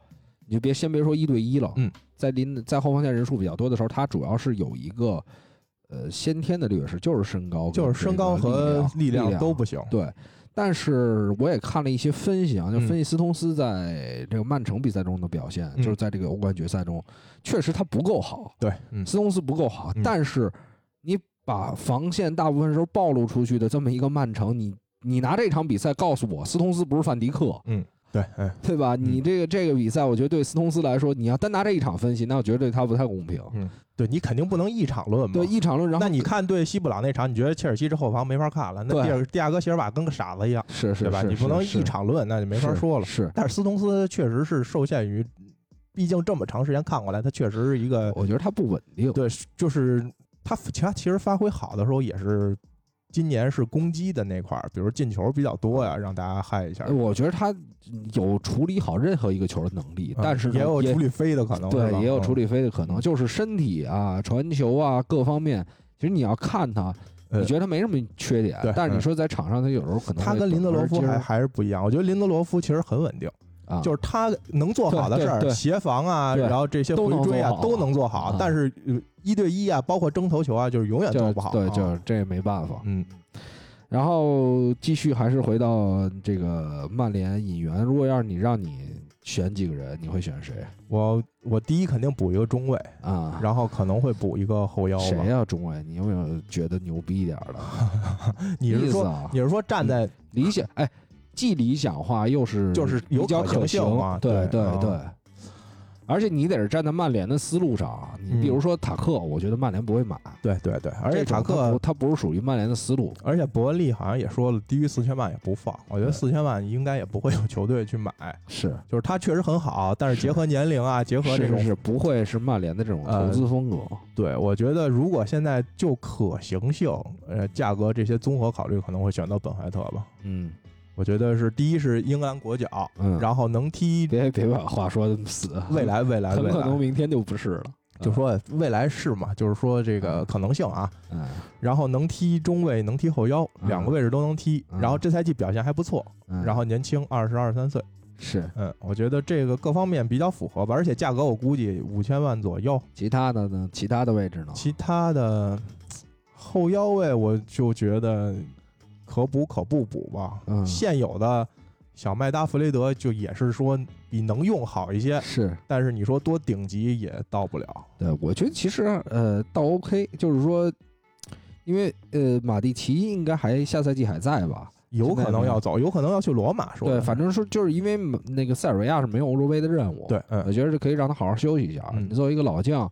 Speaker 2: 你你就别先别说一对一了，
Speaker 3: 嗯，
Speaker 2: 在临在后防线人数比较多的时候，他主要是有一个呃先天的劣势，就是身高跟这个
Speaker 3: 就
Speaker 2: 力量，
Speaker 3: 是身高和
Speaker 2: 力
Speaker 3: 量都不行。
Speaker 2: 对。但是我也看了一些分析啊，就
Speaker 3: 嗯
Speaker 2: 分析斯通斯在这个曼城比赛中的表现，
Speaker 3: 嗯
Speaker 2: 就是在这个欧冠决赛中，确实他不够好，
Speaker 3: 对，嗯，
Speaker 2: 斯通斯不够好，
Speaker 3: 嗯
Speaker 2: 但是你把防线大部分时候暴露出去的这么一个曼城，你你拿这场比赛告诉我，斯通斯不是范迪克，
Speaker 3: 对，哎，
Speaker 2: 对吧？你这个这个比赛，我觉得对斯通斯来说，你要单拿这一场分析，那我觉得对他不太公平。
Speaker 3: 嗯，对你肯定不能一场论嘛。
Speaker 2: 对一场论，然后
Speaker 3: 那你看对西布朗那场，你觉得切尔西这后防没法看了，那
Speaker 2: 对
Speaker 3: 蒂尔蒂亚戈席尔瓦跟个傻子一样，
Speaker 2: 是是
Speaker 3: 对吧？
Speaker 2: 是
Speaker 3: 你不能
Speaker 2: 是
Speaker 3: 一场论，那就没法
Speaker 2: 是
Speaker 3: 说了。
Speaker 2: 是，
Speaker 3: 但是斯通斯确实是受限于，毕竟这么长时间看过来，他确实是一个
Speaker 2: 我觉得他不稳定。
Speaker 3: 对，就是他其他其实发挥好的时候也是。今年是攻击的那块儿，比如进球比较多呀，让大家嗨一下。
Speaker 2: 呃
Speaker 3: 嗯
Speaker 2: 我觉得他有处理好任何一个球的能力，
Speaker 3: 嗯
Speaker 2: 但是呢
Speaker 3: 也有处理飞的可能，是吧
Speaker 2: 对也有处
Speaker 3: 嗯
Speaker 2: 理飞的可能，就是身体啊、传球啊各方面，其实你要看他，
Speaker 3: 呃
Speaker 2: 你觉得他没什么缺点
Speaker 3: 对，
Speaker 2: 但是你
Speaker 3: 嗯
Speaker 2: 说在场上他有时候可能
Speaker 3: 他
Speaker 2: 会
Speaker 3: 跟林德罗夫
Speaker 2: 转
Speaker 3: 还
Speaker 2: 门
Speaker 3: 还是不一样。我觉得林德罗夫其实很稳定，
Speaker 2: 儿啊，
Speaker 3: 就是他能做好的
Speaker 2: 对
Speaker 3: 事
Speaker 2: 对
Speaker 3: 儿，
Speaker 2: 对
Speaker 3: 协防啊，
Speaker 2: 对
Speaker 3: 然后这些
Speaker 2: 都
Speaker 3: 回
Speaker 2: 能
Speaker 3: 追啊
Speaker 2: 做好
Speaker 3: 都能做好
Speaker 2: 啊，
Speaker 3: 但是呃一对一啊，包括争头球啊，就是永远做
Speaker 2: 就
Speaker 3: 不好。
Speaker 2: 对，
Speaker 3: 啊
Speaker 2: 就是这也没办法。
Speaker 3: 嗯
Speaker 2: 然后继续还是回到这个曼联引援，如果要是你让你选几个人，你会选谁
Speaker 3: 我我第一肯定补一个中卫，
Speaker 2: 啊？
Speaker 3: 然后可能会补一个后腰
Speaker 2: 谁
Speaker 3: 吧。
Speaker 2: 呀、中卫？你有没有觉得牛逼一点儿的？
Speaker 3: 你
Speaker 2: 意
Speaker 3: 是
Speaker 2: 思
Speaker 3: 说
Speaker 2: 啊
Speaker 3: 你是说站在
Speaker 2: 理想？哎，既理想化又是
Speaker 3: 就是有
Speaker 2: 比较
Speaker 3: 可
Speaker 2: 可
Speaker 3: 能性
Speaker 2: 行
Speaker 3: 嘛
Speaker 2: 对
Speaker 3: 对啊
Speaker 2: 对。而且你得是站在曼联的思路上啊，你比如说塔克，我觉得曼联不会买，
Speaker 3: 对对对，嗯而
Speaker 2: 这
Speaker 3: 且
Speaker 2: 种
Speaker 3: 塔
Speaker 2: 他
Speaker 3: 克
Speaker 2: 不，他不是属于曼联的思路，
Speaker 3: 而且伯恩利好像也说了，低于四千万也不放。我觉得四千万应该也不会有球队去买，
Speaker 2: 是
Speaker 3: 就是他确实很好，但是
Speaker 2: 是
Speaker 3: 结合年 龄啊，结合
Speaker 2: 是
Speaker 3: 这种呃
Speaker 2: 是是，不会是曼联的这种投资风格。
Speaker 3: 对，我觉得如果现在就可行性、呃价格这些综合考虑，可能会选择本怀特吧。
Speaker 2: 嗯
Speaker 3: 我觉得是第一是英格兰国脚，
Speaker 2: 嗯，
Speaker 3: 然后能踢
Speaker 2: 别别把话说得那么死，
Speaker 3: 未来未来
Speaker 2: 很
Speaker 3: 未
Speaker 2: 可能
Speaker 3: 来，
Speaker 2: 明天就不是了。
Speaker 3: 就说未来是嘛，就是说这个可能性啊。
Speaker 2: 嗯，
Speaker 3: 然后能踢中卫，能踢后腰，
Speaker 2: 嗯
Speaker 3: 两个位置都能踢。
Speaker 2: 嗯
Speaker 3: 然后这赛季表现还不错，
Speaker 2: 嗯
Speaker 3: 然后年轻，二十二三岁。
Speaker 2: 是
Speaker 3: 嗯，我觉得这个各方面比较符合吧，而且价格我估计五千万左右。
Speaker 2: 其他的呢？其他的位置呢？
Speaker 3: 其他的后腰位，我就觉得可补可不补吧。
Speaker 2: 嗯
Speaker 3: 现有的小麦达弗雷德就也是说比能用好一些，
Speaker 2: 是
Speaker 3: 但是你说多顶级也到不了。
Speaker 2: 对，我觉得其实呃倒 OK，就是说，因为呃马蒂奇应该还下赛季还在吧？
Speaker 3: 有可能要走，有可能要去罗马说的。
Speaker 2: 对，反正是就是因为那个塞尔维亚是没有欧洲杯的任务，，
Speaker 3: 对，
Speaker 2: 我
Speaker 3: 嗯，
Speaker 2: 觉得是可以让他好好休息一下。
Speaker 3: 嗯
Speaker 2: 你作为一个老将，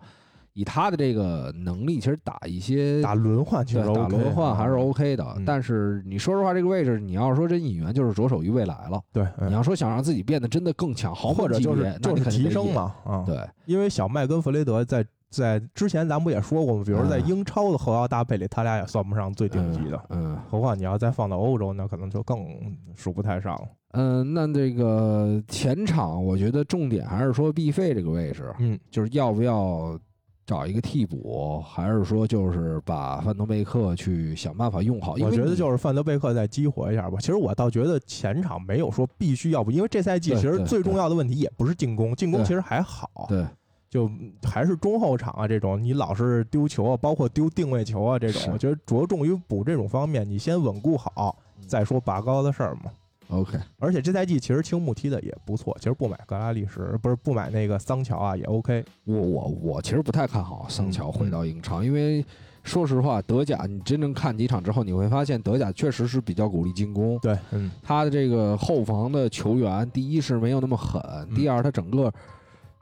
Speaker 2: 以他的这个能力，其实打一些
Speaker 3: 打轮换其
Speaker 2: 对
Speaker 3: 实 OK，
Speaker 2: 打轮换还是 OK 的，
Speaker 3: 嗯
Speaker 2: 但是你说实话，这个位置你要是说真引援，就是着手于未来了。
Speaker 3: 对，
Speaker 2: 你
Speaker 3: 嗯
Speaker 2: 要说想让自己变得真的更强，豪
Speaker 3: 或
Speaker 2: 门
Speaker 3: 者
Speaker 2: 级
Speaker 3: 就是
Speaker 2: 别，那
Speaker 3: 就
Speaker 2: 你
Speaker 3: 是
Speaker 2: 肯定
Speaker 3: 提
Speaker 2: 得
Speaker 3: 升
Speaker 2: 引。
Speaker 3: 嘛，啊，
Speaker 2: 对，
Speaker 3: 因为小麦跟弗雷德在在之前咱们不也说过吗？比如在
Speaker 2: 嗯
Speaker 3: 英超的后腰搭配里，他俩也算不上最顶级的。
Speaker 2: 嗯。嗯
Speaker 3: 何况你要再放到欧洲，那可能就更数不太上了。
Speaker 2: 嗯，那这个前场，我觉得重点还是说必费这个位置，
Speaker 3: 嗯，
Speaker 2: 就是要不要找一个替补，还是说就是把范德贝克去想办法用好？因
Speaker 3: 我
Speaker 2: 为
Speaker 3: 觉得
Speaker 2: 你
Speaker 3: 就是范德贝克再激活一下吧。其实我倒觉得前场没有说必须要不，因为这赛季
Speaker 2: 对
Speaker 3: 其实
Speaker 2: 对
Speaker 3: 最重要的问题也不是进攻，进攻
Speaker 2: 对
Speaker 3: 其实还好，
Speaker 2: 对
Speaker 3: 就还是中后场啊这种，你老是丢球啊，包括丢定位球啊这种
Speaker 2: 是，
Speaker 3: 我觉得着重于补这种方面，你先稳固好，再说拔高的事儿嘛。
Speaker 2: OK，
Speaker 3: 而且这赛季其实青木踢的也不错，其实不买格拉利什，不是不买那个桑乔啊也 OK。
Speaker 2: 我我我其实不太看好桑乔
Speaker 3: 嗯
Speaker 2: 回到英超，因为说实话，德甲你真正看几场之后，你会发现德甲确实是比较鼓励进攻，
Speaker 3: 对，嗯，
Speaker 2: 他的这个后防的球员，第一是没有那么狠，
Speaker 3: 嗯
Speaker 2: 第二他整个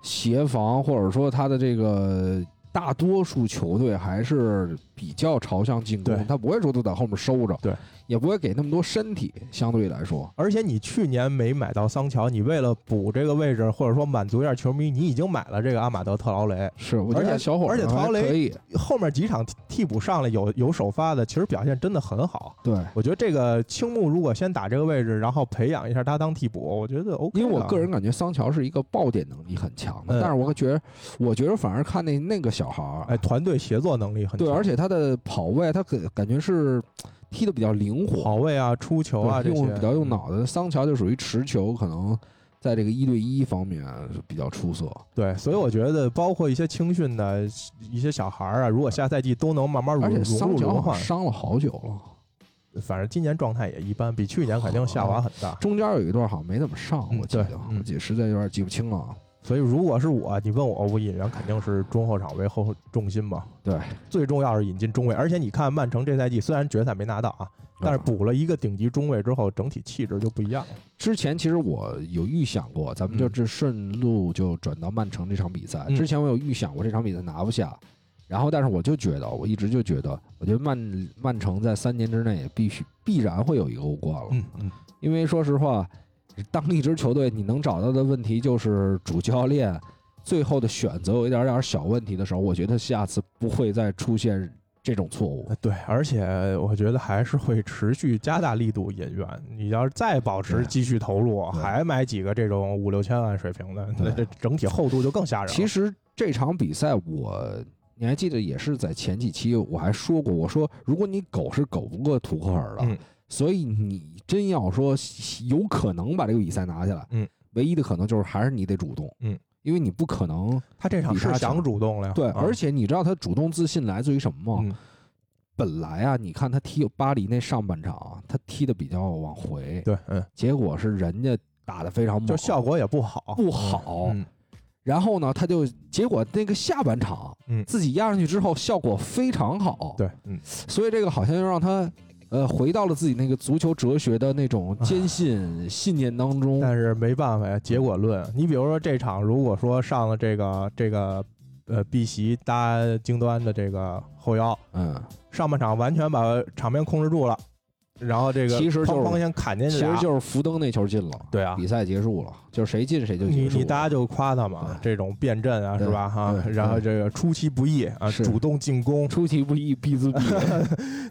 Speaker 2: 协防或者说他的这个大多数球队还是比较朝向进攻
Speaker 3: 对，
Speaker 2: 他不会说都在后面收着，
Speaker 3: 对，
Speaker 2: 也不会给那么多身体，相对来说，
Speaker 3: 而且你去年没买到桑乔，你为了补这个位置，或者说满足一下球迷，你已经买了这个阿马德特劳雷。
Speaker 2: 是我觉
Speaker 3: 而
Speaker 2: 得
Speaker 3: 且
Speaker 2: 小伙儿
Speaker 3: 而且
Speaker 2: 还
Speaker 3: 陶雷
Speaker 2: 可以，
Speaker 3: 后面几场替替补上来有有首发的，其实表现真的很好。
Speaker 2: 对，
Speaker 3: 我觉得这个青木如果先打这个位置，然后培养一下他当替补，我觉得 OK
Speaker 2: 因
Speaker 3: 的。啊
Speaker 2: 为我个人感觉桑乔是一个爆点能力很强的，
Speaker 3: 嗯
Speaker 2: 但是我觉得，我觉得反而看那那个小孩儿，
Speaker 3: 哎，团队协作能力很强，
Speaker 2: 对，而且他的跑位，他感感觉是踢的比较灵活，
Speaker 3: 跑位啊、出球啊这
Speaker 2: 对
Speaker 3: 些
Speaker 2: 用比较用。脑子。桑乔就属于持球可能在这个一对一方面比较出色。
Speaker 3: 对，所以我觉得包括一些青训的一些小孩儿啊，如果下赛季都能慢慢
Speaker 2: 而
Speaker 3: 融
Speaker 2: 且
Speaker 3: 融
Speaker 2: 桑
Speaker 3: 入
Speaker 2: 乔
Speaker 3: 轮
Speaker 2: 好
Speaker 3: 换
Speaker 2: 像，伤了好久了，
Speaker 3: 反正今年状态也一般，比去年肯定下滑很大。
Speaker 2: 中间有一段好像没怎么上，
Speaker 3: 嗯
Speaker 2: 我记得
Speaker 3: 对，嗯
Speaker 2: 我记得实在有点记不清了啊。
Speaker 3: 所以如果是我，你问我，我引援肯定是中后场为后重心嘛。
Speaker 2: 对，
Speaker 3: 最重要是引进中卫，而且你看曼城这赛季虽然决赛没拿到啊，
Speaker 2: 嗯
Speaker 3: 但是补了一个顶级中卫之后，整体气质就不一样了。
Speaker 2: 之前其实我有预想过，咱们就
Speaker 3: 嗯
Speaker 2: 这顺路就转到曼城这场比赛。
Speaker 3: 嗯
Speaker 2: 之前我有预想过这场比赛拿不下，然后但是我就觉得，我一直就觉得，我觉得曼曼城在三年之内必须必然会有一个欧冠了，
Speaker 3: 嗯嗯，
Speaker 2: 因为说实话，当一支球队你能找到的问题就是主教练最后的选择有一点点小问题的时候，我觉得下次不会再出现这种错误。
Speaker 3: 对，而且我觉得还是会持续加大力度引援。你要是再保持
Speaker 2: 对
Speaker 3: 继续投入，
Speaker 2: 对
Speaker 3: 还买几个这种五六千万水平的，
Speaker 2: 对
Speaker 3: 那这整体厚度就更吓人了。
Speaker 2: 其实这场比赛我，你还记得也是在前几期我还说过，我说如果你狗是狗不过图赫尔的，
Speaker 3: 嗯
Speaker 2: 所以你真要说有可能把这个比赛拿下来，
Speaker 3: 嗯，
Speaker 2: 唯一的可能就是还是你得主动，
Speaker 3: 嗯，
Speaker 2: 因为你不可能
Speaker 3: 他这场
Speaker 2: 比他
Speaker 3: 是
Speaker 2: 强
Speaker 3: 想主动了呀，
Speaker 2: 对，
Speaker 3: 啊
Speaker 2: 而且你知道他主动自信来自于什么吗？
Speaker 3: 嗯，
Speaker 2: 本来啊，你看他踢巴黎那上半场啊，他踢的比较往回，
Speaker 3: 对，嗯，
Speaker 2: 结果是人家打的非常猛，
Speaker 3: 就效果也不好，
Speaker 2: 不好，
Speaker 3: 嗯，
Speaker 2: 然后呢，他就结果那个下半场，
Speaker 3: 嗯
Speaker 2: 自己压上去之后效果非常好，，
Speaker 3: 对，嗯，
Speaker 2: 所以这个好像又让他，呃，回到了自己那个足球哲学的那种坚信、信念当中。
Speaker 3: 但是没办法呀，结果论。你比如说这场，如果说上了这个这个呃碧玺搭京端的这个后腰，
Speaker 2: 嗯，
Speaker 3: 上半场完全把场面控制住了，然后这个
Speaker 2: 其实就是
Speaker 3: 哐哐先砍进
Speaker 2: 其
Speaker 3: 去
Speaker 2: 实
Speaker 3: 俩，
Speaker 2: 就是福登那球进了，
Speaker 3: 对啊
Speaker 2: 比赛结束了，就是谁进谁啊就
Speaker 3: 你
Speaker 2: 结束
Speaker 3: 你
Speaker 2: 了。
Speaker 3: 大家就夸他嘛，这种变阵啊，
Speaker 2: 对
Speaker 3: 是吧？哈
Speaker 2: 对，对
Speaker 3: 然后这个出其不意啊，
Speaker 2: 是
Speaker 3: 主动进攻，
Speaker 2: 出其不意，必自毙。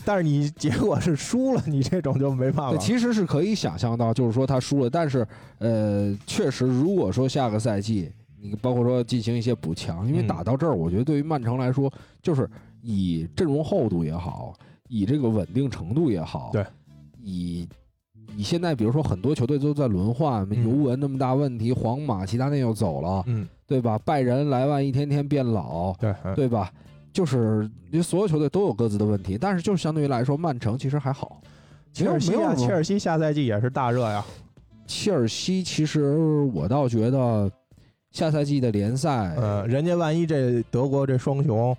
Speaker 3: 但是你结果是输了，你这种就没办
Speaker 2: 对
Speaker 3: 法。
Speaker 2: 其实是可以想象到，就是说他输了，但是呃，确实，如果说下个赛季你包括说进行一些补强，因为
Speaker 3: 嗯
Speaker 2: 打到这儿，我觉得对于曼城来说，就是以阵容厚度也好，以这个稳定程度也好，
Speaker 3: 对，
Speaker 2: 以。以现在，比如说很多球队都在轮换，
Speaker 3: 嗯
Speaker 2: 尤文那么大问题，皇马、齐达内又走了，
Speaker 3: 嗯，
Speaker 2: 对吧？拜仁、莱万一天天变老，
Speaker 3: 对，嗯
Speaker 2: 对吧？就是因为所有球队都有各自的问题，但是就相对于来说，曼城其实还好。
Speaker 3: 切尔西
Speaker 2: 没有没
Speaker 3: 啊，
Speaker 2: 有什么
Speaker 3: 切尔西下赛季也是大热呀。
Speaker 2: 切尔西其实我倒觉得下赛季的联赛，
Speaker 3: 呃，人家万一这德国这双雄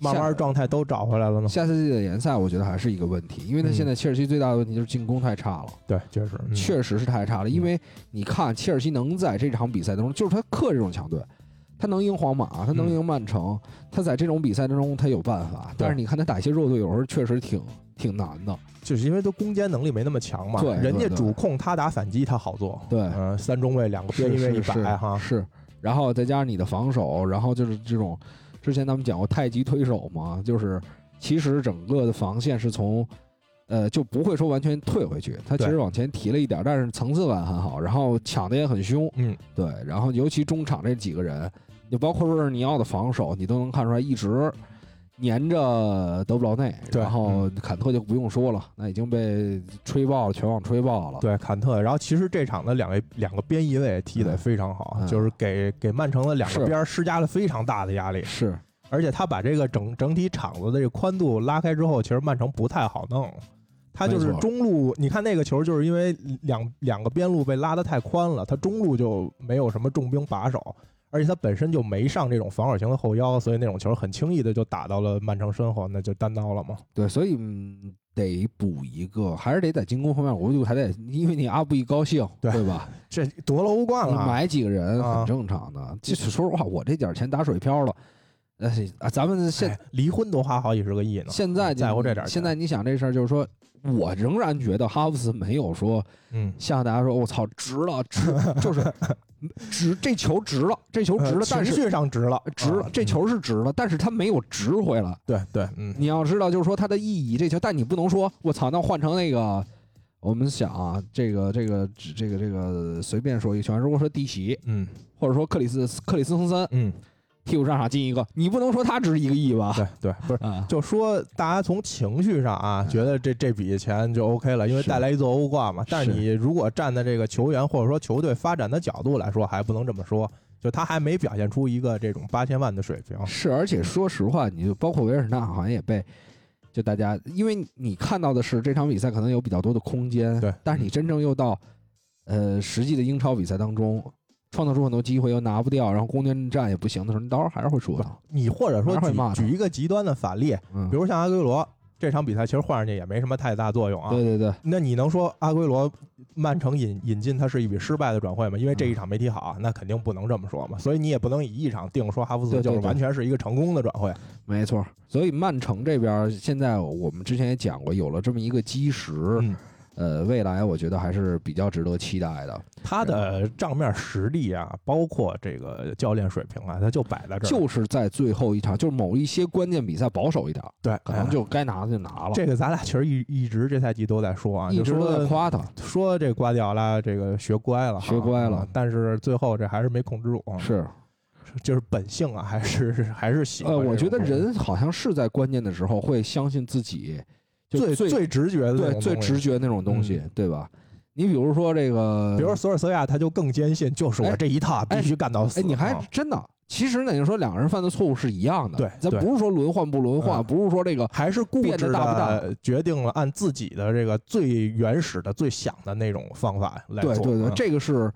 Speaker 3: 慢慢状态都找回来了呢？
Speaker 2: 下赛季的联赛我觉得还是一个问题，因为他
Speaker 3: 嗯
Speaker 2: 现在切尔西最大的问题就是进攻太差了，
Speaker 3: 对，确实，嗯
Speaker 2: 确实是太差了。因为你看切尔西能在这场比赛当中，就是他克这种强队。他能赢皇马，他能赢曼城，他在这种比赛当中他有办法。但是你看他打一些弱队，有时候确实挺挺难的。
Speaker 3: 就是因为他攻坚能力没那么强嘛，
Speaker 2: 对对
Speaker 3: 人家
Speaker 2: 对
Speaker 3: 主控他打反击他好做，
Speaker 2: 对
Speaker 3: 嗯、三中卫两个
Speaker 2: 是
Speaker 3: 边翼位一
Speaker 2: 是
Speaker 3: 摆哈，
Speaker 2: 是，然后再加上你的防守，然后就是这种，之前咱们讲过太极推手嘛，就是其实整个的防线是从，呃，就不会说完全退回去，它其
Speaker 3: 对
Speaker 2: 实往前提了一点儿，但是层次感很好，然后抢的也很凶，
Speaker 3: 嗯，
Speaker 2: 对，然后尤其中场这几个人，就包括若尔尼奥的防守，你都能看出来一直。粘着德布劳内，
Speaker 3: 对嗯
Speaker 2: 然后坎特就不用说了，那已经被吹爆了，全网吹爆了。
Speaker 3: 对坎特。然后其实这场的两个两个边翼位踢得非常好，
Speaker 2: 嗯嗯
Speaker 3: 就是给给曼城的两
Speaker 2: 是
Speaker 3: 个边施加了非常大的压力，
Speaker 2: 是，
Speaker 3: 而且他把这个整整体场子的这个宽度拉开之后，其实曼城不太好弄。他就是
Speaker 2: 没错
Speaker 3: 中路，你看那个球，就是因为两两个边路被拉得太宽了，他中路就没有什么重兵把守，而且他本身就没上这种防守型的后腰，所以那种球很轻易的就打到了曼城身后，那就单刀了嘛。
Speaker 2: 对，所以、嗯、得补一个，还是得在进攻方面，我就还得，因为你阿布一高兴，对
Speaker 3: 对
Speaker 2: 吧？
Speaker 3: 这夺了欧冠
Speaker 2: 你
Speaker 3: 了，
Speaker 2: 买几个人
Speaker 3: 啊
Speaker 2: 很正常的。就是说实话，我这点钱打水漂了，呃啊，咱们现、
Speaker 3: 哎离婚都花好几十个亿呢。
Speaker 2: 现在
Speaker 3: 在乎这点钱
Speaker 2: 现在你想这事儿，就是说。我仍然觉得哈弗茨没有说
Speaker 3: 嗯，
Speaker 2: 向大家说“我操，值了，值就是 值这球值了，这球值了
Speaker 3: 呃”，
Speaker 2: 但
Speaker 3: 情
Speaker 2: 是
Speaker 3: 绪上值了，
Speaker 2: 值了
Speaker 3: 啊，
Speaker 2: 这、
Speaker 3: 嗯
Speaker 2: 球是值了，但是他没有值回来。
Speaker 3: 对对，嗯，
Speaker 2: 你要知道，就是说它的意义，这球，但你不能说我操，那换成那个，我们想啊，这个这个这个这个随便说一个球员，如果说蒂奇
Speaker 3: 嗯
Speaker 2: 或者说克里斯克里斯滕森，
Speaker 3: 嗯，
Speaker 2: 替补上场进一个，你不能说他值一个亿 吧？
Speaker 3: 对对，不是。
Speaker 2: 啊，
Speaker 3: 就说大家从情绪上啊，
Speaker 2: 嗯
Speaker 3: 觉得这这笔钱就 OK 了，因为
Speaker 2: 是
Speaker 3: 带来一座欧冠嘛。但是
Speaker 2: 是
Speaker 3: 你如果站在这个球员或者说球队发展的角度来说，还不能这么说，就他还没表现出一个这种八千万的水平。
Speaker 2: 是，而且说实话，你就包括维尔纳，好像也被就大家，因为你看到的是这场比赛可能有比较多的空间，
Speaker 3: 对
Speaker 2: 但是你真正又到呃实际的英超比赛当中，创造出很多机会又拿不掉，然后攻坚战也不行的时候，你到时候还是会说的，
Speaker 3: 你或者说
Speaker 2: 哪会骂他
Speaker 3: 举举一个极端的反例，
Speaker 2: 嗯，
Speaker 3: 比如像阿圭罗这场比赛，其实换上去也没什么太大作用啊。
Speaker 2: 对对对，
Speaker 3: 那你能说阿圭罗曼城引引进他是一笔失败的转会吗？因为这一场没踢好，啊那肯定不能这么说嘛。所以你也不能以一场定说哈弗
Speaker 2: 对对
Speaker 3: 茨就是
Speaker 2: 对
Speaker 3: 完全是一个成功的转会。
Speaker 2: 没错，所以曼城这边儿现在我们之前也讲过，有了这么一个基石，
Speaker 3: 嗯
Speaker 2: 呃，未来我觉得还是比较值得期待的。
Speaker 3: 他的账面实力啊，包括这个教练水平啊，他就摆在这儿，
Speaker 2: 就是在最后一场，就是某一些关键比赛保守一点儿，
Speaker 3: 对，
Speaker 2: 可能就该拿的就拿
Speaker 3: 哎
Speaker 2: 了。
Speaker 3: 这个。咱俩其实一一直这赛季都在说啊，
Speaker 2: 一
Speaker 3: 就
Speaker 2: 直都在
Speaker 3: 说
Speaker 2: 夸他，
Speaker 3: 说这瓜迪奥拉这个学乖了哈，
Speaker 2: 学乖了
Speaker 3: 啊但是最后这还是没控制住啊，
Speaker 2: 是，
Speaker 3: 就是本性啊，还是 还是喜欢
Speaker 2: 呃，
Speaker 3: 这种东西。
Speaker 2: 我觉得人好像是在关键的时候会相信自己，就
Speaker 3: 最
Speaker 2: 最
Speaker 3: 最直觉的那
Speaker 2: 对
Speaker 3: 种
Speaker 2: 最
Speaker 3: 东西
Speaker 2: 直觉那种东西，对吧？你比如说这个，
Speaker 3: 比如索尔斯克亚，他就更坚信，就是我
Speaker 2: 哎
Speaker 3: 这一套必须干到死。
Speaker 2: 哎，你还
Speaker 3: 啊
Speaker 2: 真的，其实呢，你说两个人犯的错误是一样的，
Speaker 3: 对
Speaker 2: 咱
Speaker 3: 对
Speaker 2: 不是说轮换不轮换，
Speaker 3: 嗯
Speaker 2: 不是说这个
Speaker 3: 还是固
Speaker 2: 变
Speaker 3: 执
Speaker 2: 得大不大
Speaker 3: 的决定了按自己的这个最原始的、最想的那种方法来做。
Speaker 2: 对对对
Speaker 3: 嗯，
Speaker 2: 这个是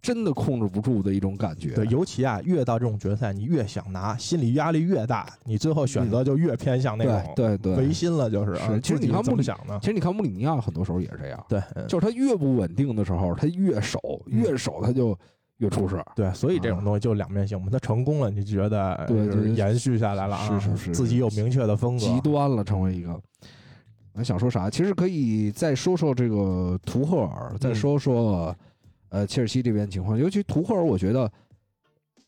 Speaker 2: 真的控制不住的一种感觉。
Speaker 3: 对，尤其啊，越到这种决赛，你越想拿，心理压力越大，你最后选择就越偏向那种
Speaker 2: 嗯对对对
Speaker 3: 违心了，就是啊。
Speaker 2: 是其实你
Speaker 3: 自己
Speaker 2: 看
Speaker 3: 怎
Speaker 2: 穆
Speaker 3: 么
Speaker 2: 里
Speaker 3: 想呢
Speaker 2: 其？实你看穆里尼奥很多时候也是这样，
Speaker 3: 对，嗯
Speaker 2: 就是他越不稳定的时候，他越守，
Speaker 3: 嗯
Speaker 2: 越守他就越出事儿。
Speaker 3: 对，所以这
Speaker 2: 啊
Speaker 3: 种东西就两面性嘛。他成功了，你就觉得
Speaker 2: 对
Speaker 3: 就是
Speaker 2: 对
Speaker 3: 延续下来了
Speaker 2: 是
Speaker 3: 啊，
Speaker 2: 是是
Speaker 3: 自己有明确的风格。
Speaker 2: 极端了，成为一个。那想说啥？其实可以再说说这个图赫尔，
Speaker 3: 嗯
Speaker 2: 再说说、呃切尔西这边情况。尤其图赫尔，我觉得、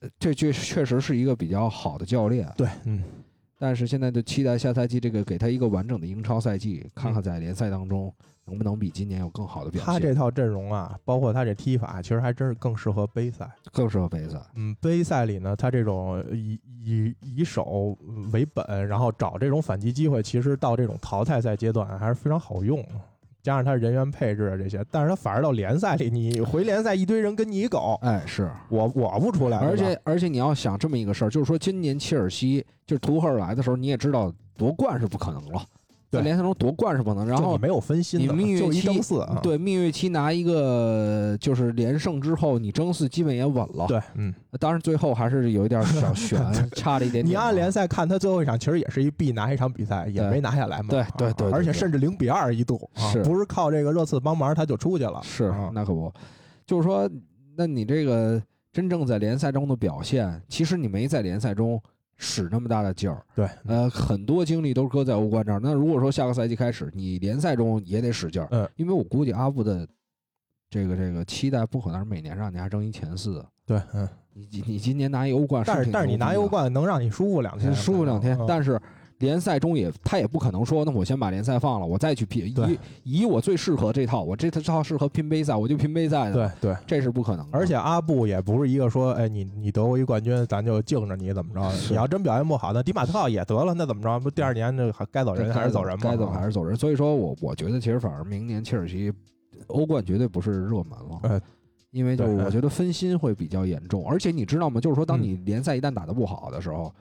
Speaker 2: 呃这这确实是一个比较好的教练，
Speaker 3: 对，嗯，
Speaker 2: 但是现在就期待下赛季这个给他一个完整的英超赛季，看看在联赛当中能不能比今年有更好的表
Speaker 3: 嗯他
Speaker 2: 现，
Speaker 3: 这套阵容啊，包括他这踢法，其实还真是更适合杯赛。
Speaker 2: 更适合杯赛。
Speaker 3: 嗯，杯赛里呢，他这种以以以守为本，然后找这种反击机会，其实到这种淘汰赛阶段还是非常好用的。加上他人员配置啊这些，但是他反而到联赛里，你回联赛一堆人跟你搞，
Speaker 2: 哎，是，
Speaker 3: 我我不出来。
Speaker 2: 而
Speaker 3: 对吧
Speaker 2: 且而且你要想这么一个事儿，就是说今年切尔西就是图赫尔来的时候，你也知道夺冠是不可能了，在
Speaker 3: 对
Speaker 2: 联赛中夺冠是不可能，然
Speaker 3: 就
Speaker 2: 后
Speaker 3: 你没有分心的
Speaker 2: 你蜜
Speaker 3: 嘛，
Speaker 2: 月
Speaker 3: 就一
Speaker 2: 期
Speaker 3: 争四啊。
Speaker 2: 对，蜜月期拿一个就是连胜之后，你争四基本也稳了。，
Speaker 3: 对，嗯，
Speaker 2: 当然最后还是有一点小 悬，差了一点点啊。
Speaker 3: 你按联赛看，他最后一场其实也是一必拿一场比赛，也
Speaker 2: 对
Speaker 3: 没拿下来嘛。
Speaker 2: 对对对
Speaker 3: 啊
Speaker 2: 对
Speaker 3: 而且
Speaker 2: 对
Speaker 3: 甚至零比二一度，啊
Speaker 2: 是
Speaker 3: 不是靠这个热刺帮忙他就出去了？
Speaker 2: 是
Speaker 3: 啊
Speaker 2: 那可不，就是说，那你这个真正在联赛中的表现，其实你没在联赛中使那么大的劲儿。
Speaker 3: 对，
Speaker 2: 呃，很多精力都搁在欧冠这儿。那如果说下个赛季开始，你联赛中也得使劲儿，
Speaker 3: 嗯，
Speaker 2: 因为我估计阿布的这个这个期待不可能是每年让你还争一前四。
Speaker 3: 对，嗯。
Speaker 2: 你你你今年拿一欧冠，
Speaker 3: 但是
Speaker 2: 挺
Speaker 3: 但是你
Speaker 2: 牛逼
Speaker 3: 拿
Speaker 2: 的
Speaker 3: 欧冠能让你舒服两天，
Speaker 2: 舒服两天
Speaker 3: 嗯。
Speaker 2: 但是联赛中也他也不可能说，那我先把联赛放了，我再去拼，
Speaker 3: 对
Speaker 2: 以以我最适合这套，我这套适合拼杯赛，我就拼杯赛的，
Speaker 3: 对对，
Speaker 2: 这是不可能的。
Speaker 3: 而且阿布也不是一个说，哎，你你得过一冠军，咱就敬着你怎么着？
Speaker 2: 是
Speaker 3: 你要真表现不好，那迪马特奥也得了，那怎么着？不第二年那还该走
Speaker 2: 这
Speaker 3: 人还
Speaker 2: 该
Speaker 3: 是走人吗？
Speaker 2: 该走还
Speaker 3: 是
Speaker 2: 是走人。所以说我我觉得其实反而明年切尔西欧冠绝对不是热门了。
Speaker 3: 呃
Speaker 2: 因为就是
Speaker 3: 对哎嗯
Speaker 2: 我觉得分心会比较严重，而且你知道吗？就是说，当你联赛一旦打得不好的时候，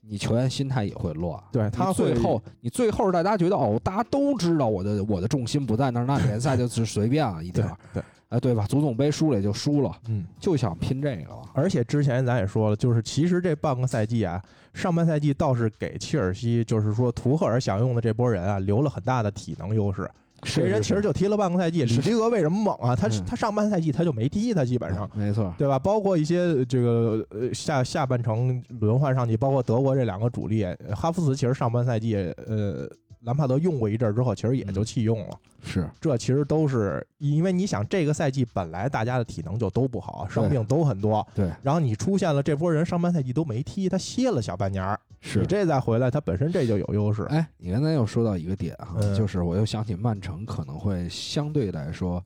Speaker 2: 你球员心态也会乱。
Speaker 3: 对
Speaker 2: 你
Speaker 3: 他会
Speaker 2: 最后你最后大家觉得哦，大家都知道我的我的重心不在那 儿，那联赛就是随便了一点
Speaker 3: 对
Speaker 2: 儿，
Speaker 3: 对，
Speaker 2: 哎，对吧？足总杯输了也就输了，
Speaker 3: 嗯。
Speaker 2: 就想拼这个了。
Speaker 3: 而且之前咱也说了，就是其实这半个赛季啊，上半赛季倒是给切尔西，就是说图赫尔想用的这波人啊，留了很大的体能优势。这人其实就踢了半个赛季，
Speaker 2: 是
Speaker 3: 里皮格为什么猛啊？他
Speaker 2: 嗯
Speaker 3: 他上半赛季他就没踢，他基本上。
Speaker 2: 没错，
Speaker 3: 对吧？包括一些呃这个呃下下半程轮换上去，包括德国这两个主力，呃哈弗茨其实上半赛季呃兰帕德用过一阵儿之后，其实也
Speaker 2: 嗯
Speaker 3: 就弃用了。
Speaker 2: 是
Speaker 3: 这其实都是因为你想，这个赛季本来大家的体能就都不好，伤病都很多，
Speaker 2: 对，
Speaker 3: 然后你出现了这波人上半赛季都没踢，他歇了小半年儿，你
Speaker 2: 是。
Speaker 3: 这再回来，他本身这就有优势。
Speaker 2: 哎，你刚才又说到一个点啊，
Speaker 3: 嗯
Speaker 2: 就是我又想起曼城可能会相对来说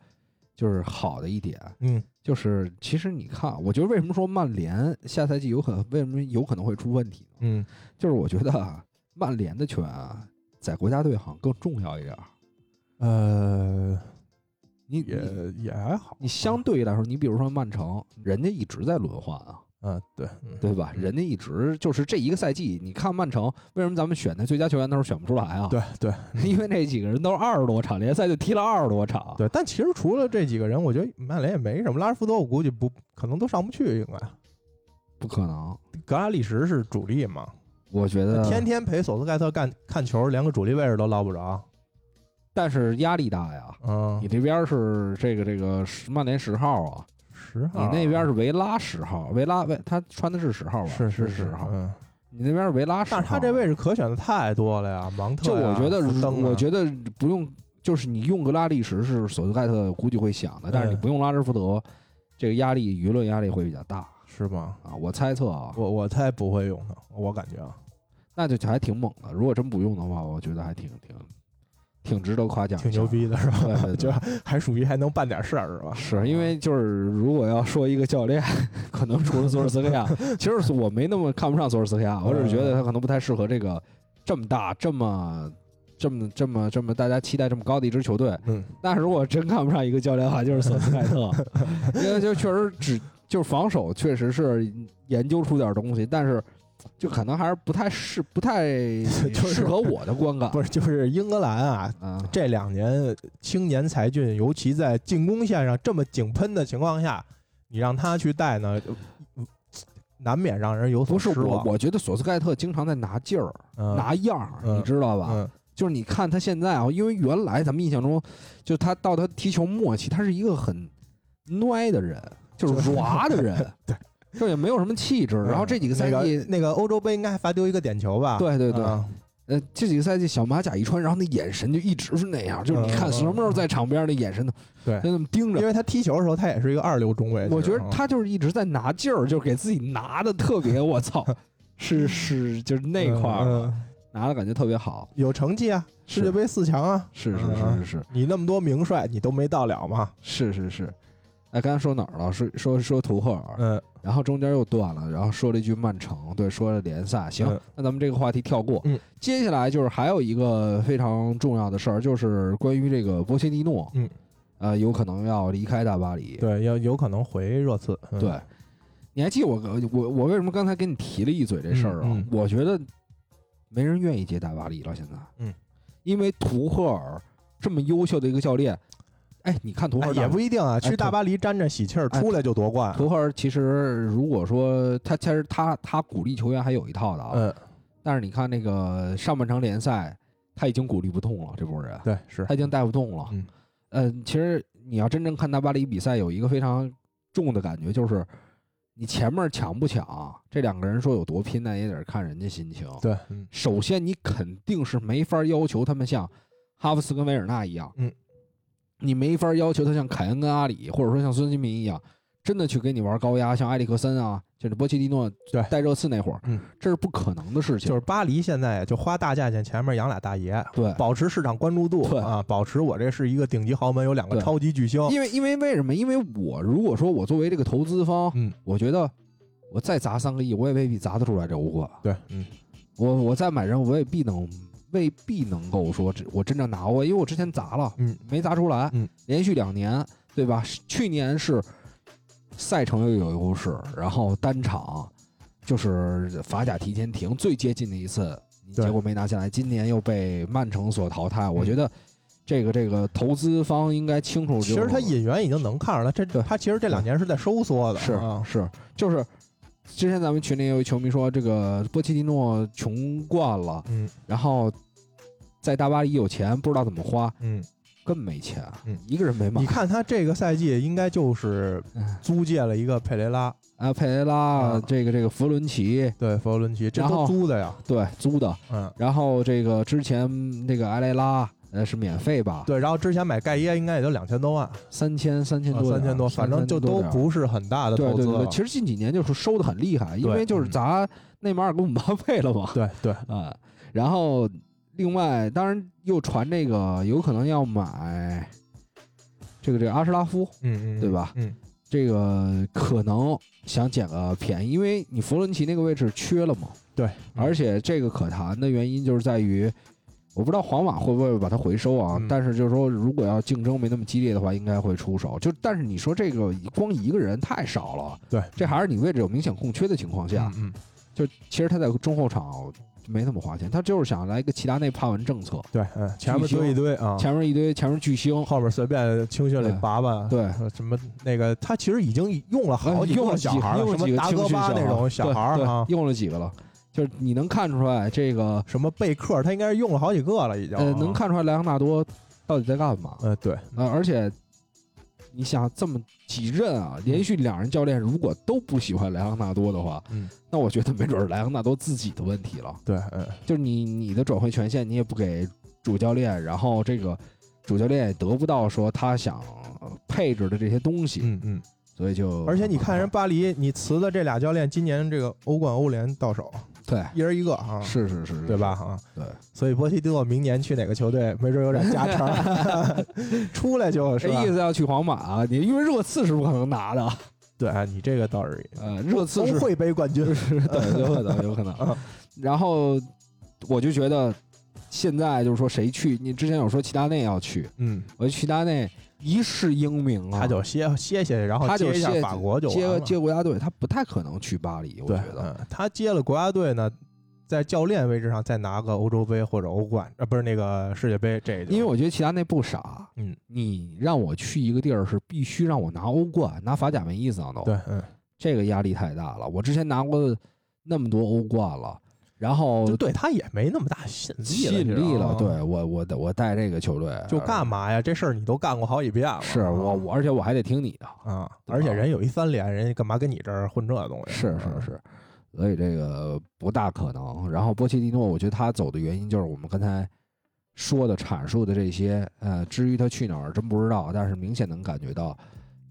Speaker 2: 就是好的一点，
Speaker 3: 嗯，
Speaker 2: 就是其实你看，啊我觉得为什么说曼联下赛季有可能为什么有可能会出问题呢？
Speaker 3: 嗯，
Speaker 2: 就是我觉得啊，曼联的球员啊，在国家队好像更重要一点儿。
Speaker 3: 呃，
Speaker 2: 你
Speaker 3: 也
Speaker 2: 你
Speaker 3: 也还好，
Speaker 2: 你相对来说，你比如说曼城，人家一直在轮换啊，
Speaker 3: 嗯，对，嗯
Speaker 2: 对吧？人家一直就是这一个赛季，你看曼城为什么咱们选那最佳球员的时候选不出来啊？
Speaker 3: 对对
Speaker 2: 因为那几个人都是二十多场联赛就踢了二十多场，
Speaker 3: 对，但其实除了这几个人，我觉得曼联也没什么。拉什福德我估计不可能都上不去，应该。
Speaker 2: 不可能。
Speaker 3: 格拉利什是主力嘛，
Speaker 2: 我觉得，
Speaker 3: 天天陪索斯盖特干看球，连个主力位置都捞不着。
Speaker 2: 但是压力大呀。
Speaker 3: 嗯
Speaker 2: 你，这边是这个这个十曼联十号啊，
Speaker 3: 十
Speaker 2: 你
Speaker 3: 号，啊
Speaker 2: 那边是维拉十号，维拉维他穿的是十号吧？
Speaker 3: 是
Speaker 2: 是
Speaker 3: 是
Speaker 2: 十号，
Speaker 3: 嗯，
Speaker 2: 你那边是维拉十号。
Speaker 3: 但是他这位置可选的太多了呀，芒特
Speaker 2: 就我
Speaker 3: 呀
Speaker 2: 觉得，
Speaker 3: 福登啊
Speaker 2: 我觉得不用，就是你用格拉利什是索斯盖特估计会想的，但是你
Speaker 3: 嗯
Speaker 2: 不用拉什福德，这个压力舆论压力会比较大
Speaker 3: 是吧？
Speaker 2: 啊。我猜测啊，
Speaker 3: 我我才不会用他，我感觉啊，
Speaker 2: 那就还挺猛的。如果真不用的话，我觉得还挺挺挺值得夸奖一下，
Speaker 3: 挺牛逼的是吧？
Speaker 2: 对。 对
Speaker 3: 就
Speaker 2: 对，
Speaker 3: 还属于还能办点事儿是吧？
Speaker 2: 是因为就是如果要说一个教练， 可能除了索尔斯克亚，其实我没那么看不上索尔斯克亚，我只是觉得他可能不太适合这个这么大这么。这么这么这么，大家期待这么高的一支球队，
Speaker 3: 嗯，
Speaker 2: 那如果真看不上一个教练的话，就是索斯盖 特，因为就确实只就是防守确实是研究出点东西，但是就可能还是不太适不太
Speaker 3: 就是
Speaker 2: 适合我的观感
Speaker 3: 不是，就是英格兰啊，
Speaker 2: 啊。
Speaker 3: 这两年青年才俊，尤其在进攻线上这么井喷的情况下，你让他去带呢，呃难免让人有所
Speaker 2: 不是
Speaker 3: 失
Speaker 2: 我
Speaker 3: 望。，
Speaker 2: 我觉得索斯盖特经常在拿劲儿、
Speaker 3: 嗯、
Speaker 2: 拿样儿，
Speaker 3: 嗯
Speaker 2: 你知道吧？
Speaker 3: 嗯
Speaker 2: 就是你看他现在啊，因为原来咱们印象中，就他到他踢球末期，他是一个很蔫的人，就是
Speaker 3: 就是
Speaker 2: 软的人，
Speaker 3: 对，嗯
Speaker 2: 就也没有什么气质。然后这几个赛
Speaker 3: 那个嗯
Speaker 2: 季，
Speaker 3: 那个欧洲杯应该还罚丢一个点球吧？
Speaker 2: 对对对，
Speaker 3: 啊
Speaker 2: 呃，这几个赛季小马甲一穿，然后那眼神就一直是那样，就是你看
Speaker 3: 嗯
Speaker 2: 什么时候在场边儿那眼神呢，
Speaker 3: 对嗯
Speaker 2: 就那么盯
Speaker 3: 因
Speaker 2: 着。
Speaker 3: 为他踢球的时候，他也是一个二流中卫。
Speaker 2: 嗯我觉
Speaker 3: 其实
Speaker 2: 得他就是一直在拿劲儿，就是给自己拿的特别，我操， 是是就是那块儿、
Speaker 3: 嗯嗯
Speaker 2: 拿的感觉特别好，
Speaker 3: 有成绩啊，世界
Speaker 2: 是
Speaker 3: 杯四强啊，
Speaker 2: 是是
Speaker 3: 嗯
Speaker 2: 是是是
Speaker 3: 你那么多名帅，你都没到了嘛？
Speaker 2: 是是是。哎，刚才说哪儿了？说说说图赫尔，
Speaker 3: 嗯，
Speaker 2: 然后中间又断了，然后说了一句曼城，对，说了联赛。行，
Speaker 3: 嗯
Speaker 2: 那咱们这个话题跳过。
Speaker 3: 嗯
Speaker 2: 接下来就是还有一个非常重要的事儿，就是关于这个波切蒂诺，
Speaker 3: 嗯，
Speaker 2: 呃，有可能要离开大巴黎。
Speaker 3: 对，有有可能回热刺。嗯
Speaker 2: 对，你还记得我我我为什么刚才跟你提了一嘴这事儿啊？
Speaker 3: 嗯嗯
Speaker 2: 我觉得没人愿意接大巴黎了，现在，
Speaker 3: 嗯，
Speaker 2: 因为图赫尔这么优秀的一个教练，哎，你看图赫
Speaker 3: 哎
Speaker 2: 尔、
Speaker 3: 也不一定啊，去
Speaker 2: 图
Speaker 3: 大巴黎沾沾喜气儿，
Speaker 2: 哎
Speaker 3: 出来就夺冠。
Speaker 2: 图赫尔其实如果说他其实他他鼓励球员还有一套的啊，
Speaker 3: 嗯，
Speaker 2: 但是你看那个上半场联赛，他已经鼓励不动了，这波人
Speaker 3: 对，是
Speaker 2: 他已经带不动了。
Speaker 3: 嗯
Speaker 2: 呃，其实你要真正看大巴黎比赛，有一个非常重的感觉就是，你前面抢不抢，这两个人说有多拼，那也得看人家心情。
Speaker 3: 对，嗯
Speaker 2: 首先你肯定是没法要求他们像哈弗茨跟维尔纳一样，
Speaker 3: 嗯，
Speaker 2: 你没法要求他像凯恩跟阿里，或者说像孙兴民一样，真的去给你玩高压，像埃里克森啊，就是波切蒂诺
Speaker 3: 对
Speaker 2: 带热刺那会儿，
Speaker 3: 嗯，
Speaker 2: 这是不可能的事情。
Speaker 3: 就是巴黎现在就花大价钱，前面养俩大爷，
Speaker 2: 对，
Speaker 3: 保持市场关注度
Speaker 2: 对
Speaker 3: 啊，保持我这是一个顶级豪门，有两个
Speaker 2: 对
Speaker 3: 超级巨星。
Speaker 2: 因为因为为什么？因为我如果说我作为这个投资方，
Speaker 3: 嗯，
Speaker 2: 我觉得我再砸三个亿，我也未必砸得出来这欧冠。
Speaker 3: 对，嗯
Speaker 2: 我我再买人，我也必能未必能够说这我真正拿过，因为我之前砸了
Speaker 3: 嗯
Speaker 2: 没砸出来，
Speaker 3: 嗯，
Speaker 2: 连续两年，对吧？是去年是赛程又有优势，然后单场就是法甲提前停最接近的一次，你
Speaker 3: 对嗯
Speaker 2: 结果没拿下来，今年又被曼城所淘汰，我觉得。这个这个投资方应该清楚，
Speaker 3: 其实他引援已经能看出来，这
Speaker 2: 对
Speaker 3: 他其实这两年是在收缩的，
Speaker 2: 是
Speaker 3: 啊，
Speaker 2: 是，就是之前咱们群里有一球迷说，这个波切蒂诺穷惯了，
Speaker 3: 嗯
Speaker 2: 然后在大巴黎有钱，不知道怎么花，
Speaker 3: 嗯，
Speaker 2: 更没钱，
Speaker 3: 嗯
Speaker 2: 一个人没买
Speaker 3: 你。看他这个赛季应该就是
Speaker 2: 嗯
Speaker 3: 租借了一个佩雷拉，
Speaker 2: 啊，佩雷拉，
Speaker 3: 啊
Speaker 2: 这个这个弗伦奇，
Speaker 3: 对，佛罗伦齐，这
Speaker 2: 然
Speaker 3: 都
Speaker 2: 后
Speaker 3: 租的呀，
Speaker 2: 对，租的。
Speaker 3: 嗯，
Speaker 2: 然后这个之前那个埃雷拉，呃，是免费吧？，
Speaker 3: 对，然后之前买盖耶应该也就两千多万，
Speaker 2: 三千三千
Speaker 3: 啊
Speaker 2: 多点儿，
Speaker 3: 三千多，反正就都
Speaker 2: 三千多点儿
Speaker 3: 不是很大的
Speaker 2: 对
Speaker 3: 投
Speaker 2: 对
Speaker 3: 资
Speaker 2: 对
Speaker 3: 了
Speaker 2: 对，。其实近几年就是收的很厉害，因
Speaker 3: 对
Speaker 2: 为就是
Speaker 3: 嗯
Speaker 2: 砸内马尔跟姆巴佩了嘛。
Speaker 3: 对对，
Speaker 2: 啊，然后另外，当然又传这个有可能要买这个这个阿什拉夫
Speaker 3: 嗯嗯，
Speaker 2: 对吧
Speaker 3: 嗯，
Speaker 2: 这个可能想捡个便宜，因为你弗伦齐那个位置缺了嘛。
Speaker 3: 对，
Speaker 2: 而且这个可谈的原因就是在于，我不知道皇马会不会把它回收啊，
Speaker 3: 嗯
Speaker 2: 但是就是说，如果要竞争没那么激烈的话，应该会出手。就但是你说这个光一个人太少了，
Speaker 3: 对，
Speaker 2: 这还是你位置有明显空缺的情况下，
Speaker 3: 嗯嗯，
Speaker 2: 就其实他在中后场没那么花钱，他就是想来一个齐达内帕文政策，
Speaker 3: 对，嗯，前面
Speaker 2: 巨星
Speaker 3: 堆一堆啊，
Speaker 2: 前面一堆前面巨星，
Speaker 3: 后面随便青训里
Speaker 2: 对
Speaker 3: 拔拔，
Speaker 2: 对呃
Speaker 3: 呃，什么那个他其实已经用了好几
Speaker 2: 用了
Speaker 3: 个小孩儿
Speaker 2: 用
Speaker 3: 了，
Speaker 2: 了
Speaker 3: 什
Speaker 2: 几
Speaker 3: 么
Speaker 2: 个
Speaker 3: 达
Speaker 2: 青
Speaker 3: 戈
Speaker 2: 训
Speaker 3: 巴那种
Speaker 2: 小
Speaker 3: 小孩儿
Speaker 2: 对对
Speaker 3: 啊，
Speaker 2: 用了几个了，就是你能看出来这个
Speaker 3: 什么贝克，他应该是用了好几个了已经啊。
Speaker 2: 呃，能看出来莱昂纳多到底在干嘛。
Speaker 3: 呃，对，
Speaker 2: 呃，而且你想这么几任啊，连续两任教练如果都不喜欢莱昂纳多的话，
Speaker 3: 嗯，
Speaker 2: 那我觉得没准儿莱昂纳多自己的问题了。
Speaker 3: 对，嗯，
Speaker 2: 就是你你的转会权限你也不给主教练，然后这个主教练也得不到说他想配置的这些东西，
Speaker 3: 嗯嗯，
Speaker 2: 所以就
Speaker 3: 而且你看人巴黎，你辞的这俩教练，今年这个欧冠、欧联到手，
Speaker 2: 对。
Speaker 3: 一人一个啊，
Speaker 2: 是是是是，
Speaker 3: 对吧？？啊，
Speaker 2: 对，
Speaker 3: 所以波西蒂诺明年去哪个球队，没准有点加成， 出来就是
Speaker 2: 这
Speaker 3: 吧
Speaker 2: 哎意思要去皇马、啊，你因为热刺是不可能拿的，
Speaker 3: 对，哎你这个倒是
Speaker 2: 呃，热刺
Speaker 3: 都
Speaker 2: 是
Speaker 3: 会杯冠军，
Speaker 2: 对，有可能，有可能。然后我就觉得现在就是说谁去，你之前有说齐达内要去，
Speaker 3: 嗯，
Speaker 2: 我觉得齐达内一世英名啊，
Speaker 3: 他就歇歇歇，然后
Speaker 2: 他就
Speaker 3: 接一下
Speaker 2: 歇
Speaker 3: 法国就完
Speaker 2: 接
Speaker 3: 了。
Speaker 2: 接国家队，他不太可能去巴黎，我
Speaker 3: 对
Speaker 2: 觉，得。
Speaker 3: 嗯，他接了国家队呢，在教练位置上再拿个欧洲杯或者欧冠，啊，不是那个世界杯，这就
Speaker 2: 因为我觉得齐达内不傻，
Speaker 3: 嗯，
Speaker 2: 你让我去一个地儿是必须让我拿欧冠、拿法甲没意思啊，都
Speaker 3: 对，嗯，
Speaker 2: 这个压力太大了。我之前拿过那么多欧冠了，然后
Speaker 3: 就对他也没那么大吸引力
Speaker 2: 吸引
Speaker 3: 你
Speaker 2: 力
Speaker 3: 知道
Speaker 2: 了，
Speaker 3: 吗，
Speaker 2: 对我我我带这个球队
Speaker 3: 啊哦
Speaker 2: 啊
Speaker 3: 就干嘛呀？这事儿你都干过好几啊遍了，
Speaker 2: 是我我，而且我还得听你的，
Speaker 3: 啊，
Speaker 2: 对吧
Speaker 3: 而且人有一三连，人家干嘛跟你这儿混这东西？啊
Speaker 2: 是是是，所以这个不大可能。然后波切蒂诺，我觉得他走的原因就是我们刚才说的阐述的这些，呃，至于他去哪儿真不知道，但是明显能感觉到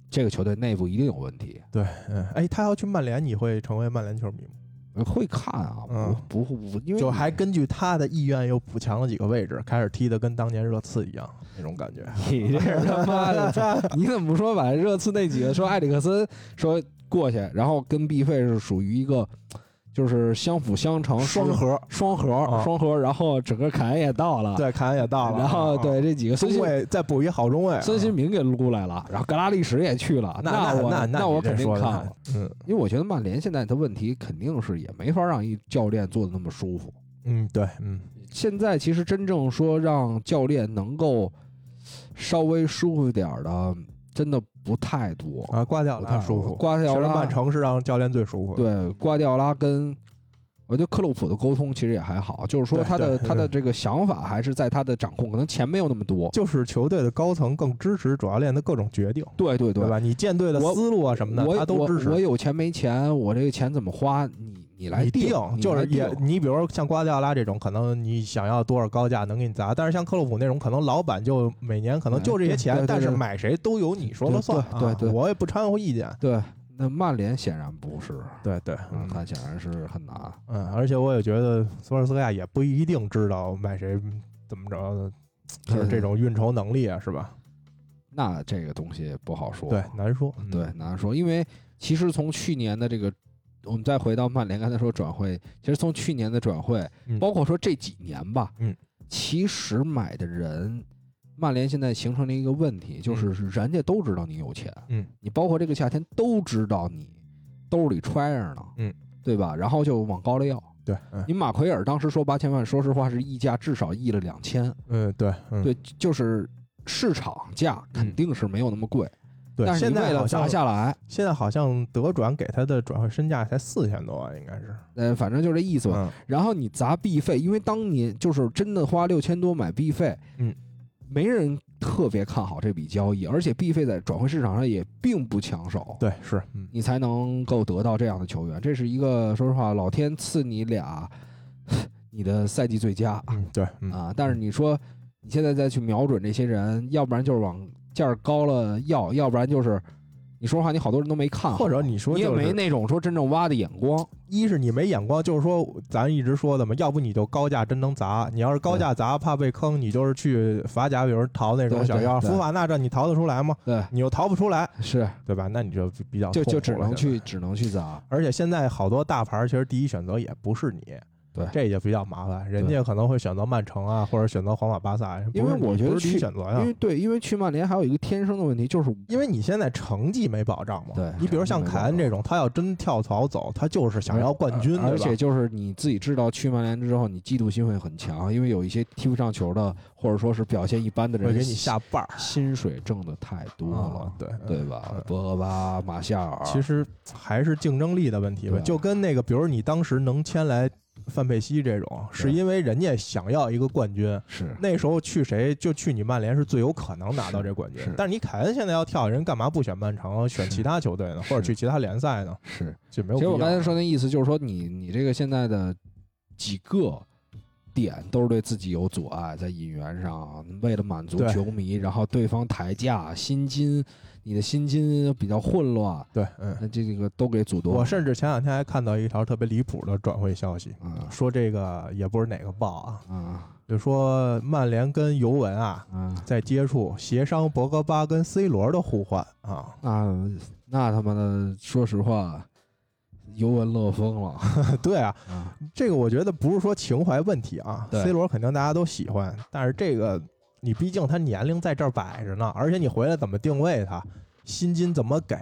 Speaker 2: 这个球队内部一定有问题。
Speaker 3: 对，嗯，哎，他要去曼联，你会成为曼联球迷吗？
Speaker 2: 呃会看啊，
Speaker 3: 嗯
Speaker 2: 不不不，因为
Speaker 3: 就
Speaker 2: 你
Speaker 3: 还根据他的意愿又补强了几个位置，开始踢的跟当年热刺一样那种感觉。
Speaker 2: 你这是他妈 的，你怎么不说把热刺那几个说埃里克森说过去，然后跟毕费是属于一个就是相辅相成
Speaker 3: 双核，
Speaker 2: 双核
Speaker 3: 啊
Speaker 2: 双核，然后整个凯恩也到了，
Speaker 3: 对，凯恩也到了，
Speaker 2: 啊然后
Speaker 3: 啊
Speaker 2: 对这几个孙
Speaker 3: 中
Speaker 2: 兴
Speaker 3: 卫再补一好中卫啊，
Speaker 2: 孙兴民给撸来了，然后格拉利什也去了，
Speaker 3: 那
Speaker 2: 我
Speaker 3: 那
Speaker 2: 那我
Speaker 3: 你这
Speaker 2: 肯定
Speaker 3: 说
Speaker 2: 看
Speaker 3: 的
Speaker 2: 了，
Speaker 3: 嗯
Speaker 2: 因为我觉得曼联现在的问题肯定是也没法让一教练做的那么舒服。
Speaker 3: 嗯，对，嗯
Speaker 2: 现在其实真正说让教练能够稍微舒服点儿的，真的不太多，
Speaker 3: 啊，瓜迪奥
Speaker 2: 不
Speaker 3: 拉
Speaker 2: 太
Speaker 3: 舒服，
Speaker 2: 瓜迪
Speaker 3: 其
Speaker 2: 奥
Speaker 3: 实
Speaker 2: 拉
Speaker 3: 曼城是让教练最舒服的，
Speaker 2: 对瓜迪奥拉跟。我觉得克洛普的沟通其实也还好，就是说
Speaker 3: 对
Speaker 2: 他的
Speaker 3: 对
Speaker 2: 他的这个想法还是在他的掌控，可能钱没有那么多。
Speaker 3: 就是球队的高层更支持主教练的各种决定，
Speaker 2: 对对对
Speaker 3: 对吧？你建队的
Speaker 2: 我
Speaker 3: 思路啊什么的，
Speaker 2: 我
Speaker 3: 他都支
Speaker 2: 我我
Speaker 3: 持。
Speaker 2: 有钱没钱，我这个钱怎么花，你你来
Speaker 3: 你
Speaker 2: 定，你
Speaker 3: 就
Speaker 2: 来
Speaker 3: 是也，
Speaker 2: 定
Speaker 3: 你比如说像瓜迪奥拉这种，可能你想要多少高价能给你砸，但是像克洛普那种，可能老板就每年可能就这些
Speaker 2: 哎对
Speaker 3: 钱，
Speaker 2: 对
Speaker 3: 但
Speaker 2: 对
Speaker 3: 是
Speaker 2: 对
Speaker 3: 买谁都由你说了算啊，
Speaker 2: 对对对对
Speaker 3: 我也不掺和意见，
Speaker 2: 对。那曼联显然不是，
Speaker 3: 对对，
Speaker 2: 嗯
Speaker 3: 嗯，
Speaker 2: 他显然是很难。
Speaker 3: 嗯，而且我也觉得索尔斯克亚也不一定知道买谁嗯怎么着的，就是这种运筹能力啊，是吧？
Speaker 2: 那这个东西不好说，
Speaker 3: 对，难说。嗯
Speaker 2: 对，难说。因为其实从去年的这个，我们再回到曼联刚才说转会，其实从去年的转会，
Speaker 3: 嗯
Speaker 2: 包括说这几年吧，
Speaker 3: 嗯，
Speaker 2: 其实买的人，曼联现在形成了一个问题，就是人家都知道你有钱，
Speaker 3: 嗯，
Speaker 2: 你包括这个夏天都知道你兜里揣着呢，
Speaker 3: 嗯，
Speaker 2: 对吧？然后就往高了要。
Speaker 3: 对，嗯
Speaker 2: 你马奎尔当时说八千万，说实话是溢价至少溢了两千，
Speaker 3: 嗯，对，嗯
Speaker 2: 对，就是市场价肯定是没有那么贵，
Speaker 3: 对
Speaker 2: 但是
Speaker 3: 现
Speaker 2: 你为
Speaker 3: 在
Speaker 2: 了
Speaker 3: 好
Speaker 2: 砸
Speaker 3: 像
Speaker 2: 下来，
Speaker 3: 现在好像德转给他的转会身价才四千多啊万，应该是嗯
Speaker 2: 呃，反正就这意思吧。
Speaker 3: 吧？
Speaker 2: 然后你砸 B 费，因为当年就是真的花六千多买 B 费，
Speaker 3: 嗯，
Speaker 2: 没人特别看好这笔交易，而且 B 费在转会市场上也并不抢手，
Speaker 3: 对，是，嗯，
Speaker 2: 你才能够得到这样的球员。这是一个说实话，老天赐你俩你的赛季最佳，
Speaker 3: 嗯，对，嗯，
Speaker 2: 啊，但是你说你现在再去瞄准这些人，要不然就是往价儿高了要，要不然就是你说实话，你好多人都没看好，
Speaker 3: 或者你说
Speaker 2: 你也
Speaker 3: 就是
Speaker 2: 没那种说真正挖的眼光。
Speaker 3: 一是你没眼光，就是说咱一直说的嘛，要不你就高价真能砸，你要是高价砸怕被坑，你就是去法甲，比如淘那种
Speaker 2: 对
Speaker 3: 小妖，
Speaker 2: 对对
Speaker 3: 福法纳这你淘得出来吗？
Speaker 2: 对，
Speaker 3: 你又淘不出来，
Speaker 2: 是
Speaker 3: 对吧？那你就比较
Speaker 2: 就
Speaker 3: 痛
Speaker 2: 就
Speaker 3: 苦
Speaker 2: 只
Speaker 3: 了
Speaker 2: 能
Speaker 3: 现在
Speaker 2: 去只能去砸。
Speaker 3: 而且现在好多大牌儿其实第一选择也不是你，
Speaker 2: 对
Speaker 3: 这也比较麻烦，人
Speaker 2: 对
Speaker 3: 家可能会选择曼城啊，或者选择皇马、巴萨，啊
Speaker 2: 因
Speaker 3: 不
Speaker 2: 为
Speaker 3: 是你
Speaker 2: 我觉得
Speaker 3: 不是第一
Speaker 2: 去
Speaker 3: 选择
Speaker 2: 因
Speaker 3: 哎呀
Speaker 2: 为。对，因为去曼联还有一个天生的问题，就是
Speaker 3: 因为你现在成绩没保障嘛，
Speaker 2: 对
Speaker 3: 你比如像凯恩这种，他要真跳槽走，他就是想要冠军，
Speaker 2: 呃而
Speaker 3: 对吧
Speaker 2: 且就是你自己知道去曼联之后，你嫉妒心会很强，因为有一些踢不上球的，或者说是表现一般的人，
Speaker 3: 会给你下绊儿。
Speaker 2: 薪水挣的太多
Speaker 3: 啊
Speaker 2: 了，，
Speaker 3: 对
Speaker 2: 对吧
Speaker 3: 嗯？
Speaker 2: 博格巴、马夏尔，
Speaker 3: 其实还是竞争力的问题吧
Speaker 2: 对，
Speaker 3: 就跟那个，比如你当时能签来范佩西这种，是
Speaker 2: 对
Speaker 3: 因为人家想要一个冠军，
Speaker 2: 是
Speaker 3: 那时候去谁就去你曼联是最有可能拿到这冠军
Speaker 2: 是是。
Speaker 3: 但是你凯恩现在要跳，人干嘛不选曼城，选其他球队呢，
Speaker 2: 是
Speaker 3: 或者去其他联赛呢？
Speaker 2: 是。
Speaker 3: 就没
Speaker 2: 其
Speaker 3: 有必
Speaker 2: 实
Speaker 3: 要。
Speaker 2: 我刚才说那意思就是说你，你这个现在的几个点都是对自己有阻碍，在引援上，为了满足
Speaker 3: 对
Speaker 2: 球迷，然后对方抬价，薪金，你的薪金比较混乱，
Speaker 3: 对，嗯，
Speaker 2: 那这个都给阻断了。
Speaker 3: 我甚至前两天还看到一条特别离谱的转会消息，
Speaker 2: 啊
Speaker 3: 说这个也不是哪个报啊，
Speaker 2: 啊
Speaker 3: 就说曼联跟尤文啊
Speaker 2: 啊！
Speaker 3: 在接触协商博格巴跟 C 罗的互换啊。
Speaker 2: 那那他妈的，说实话，尤文乐疯了
Speaker 3: 对啊，
Speaker 2: 啊！
Speaker 3: 这个我觉得不是说情怀问题啊
Speaker 2: 对
Speaker 3: ，C 罗肯定大家都喜欢，但是这个你毕竟他年龄在这儿摆着呢，而且你回来怎么定位他，薪金怎么给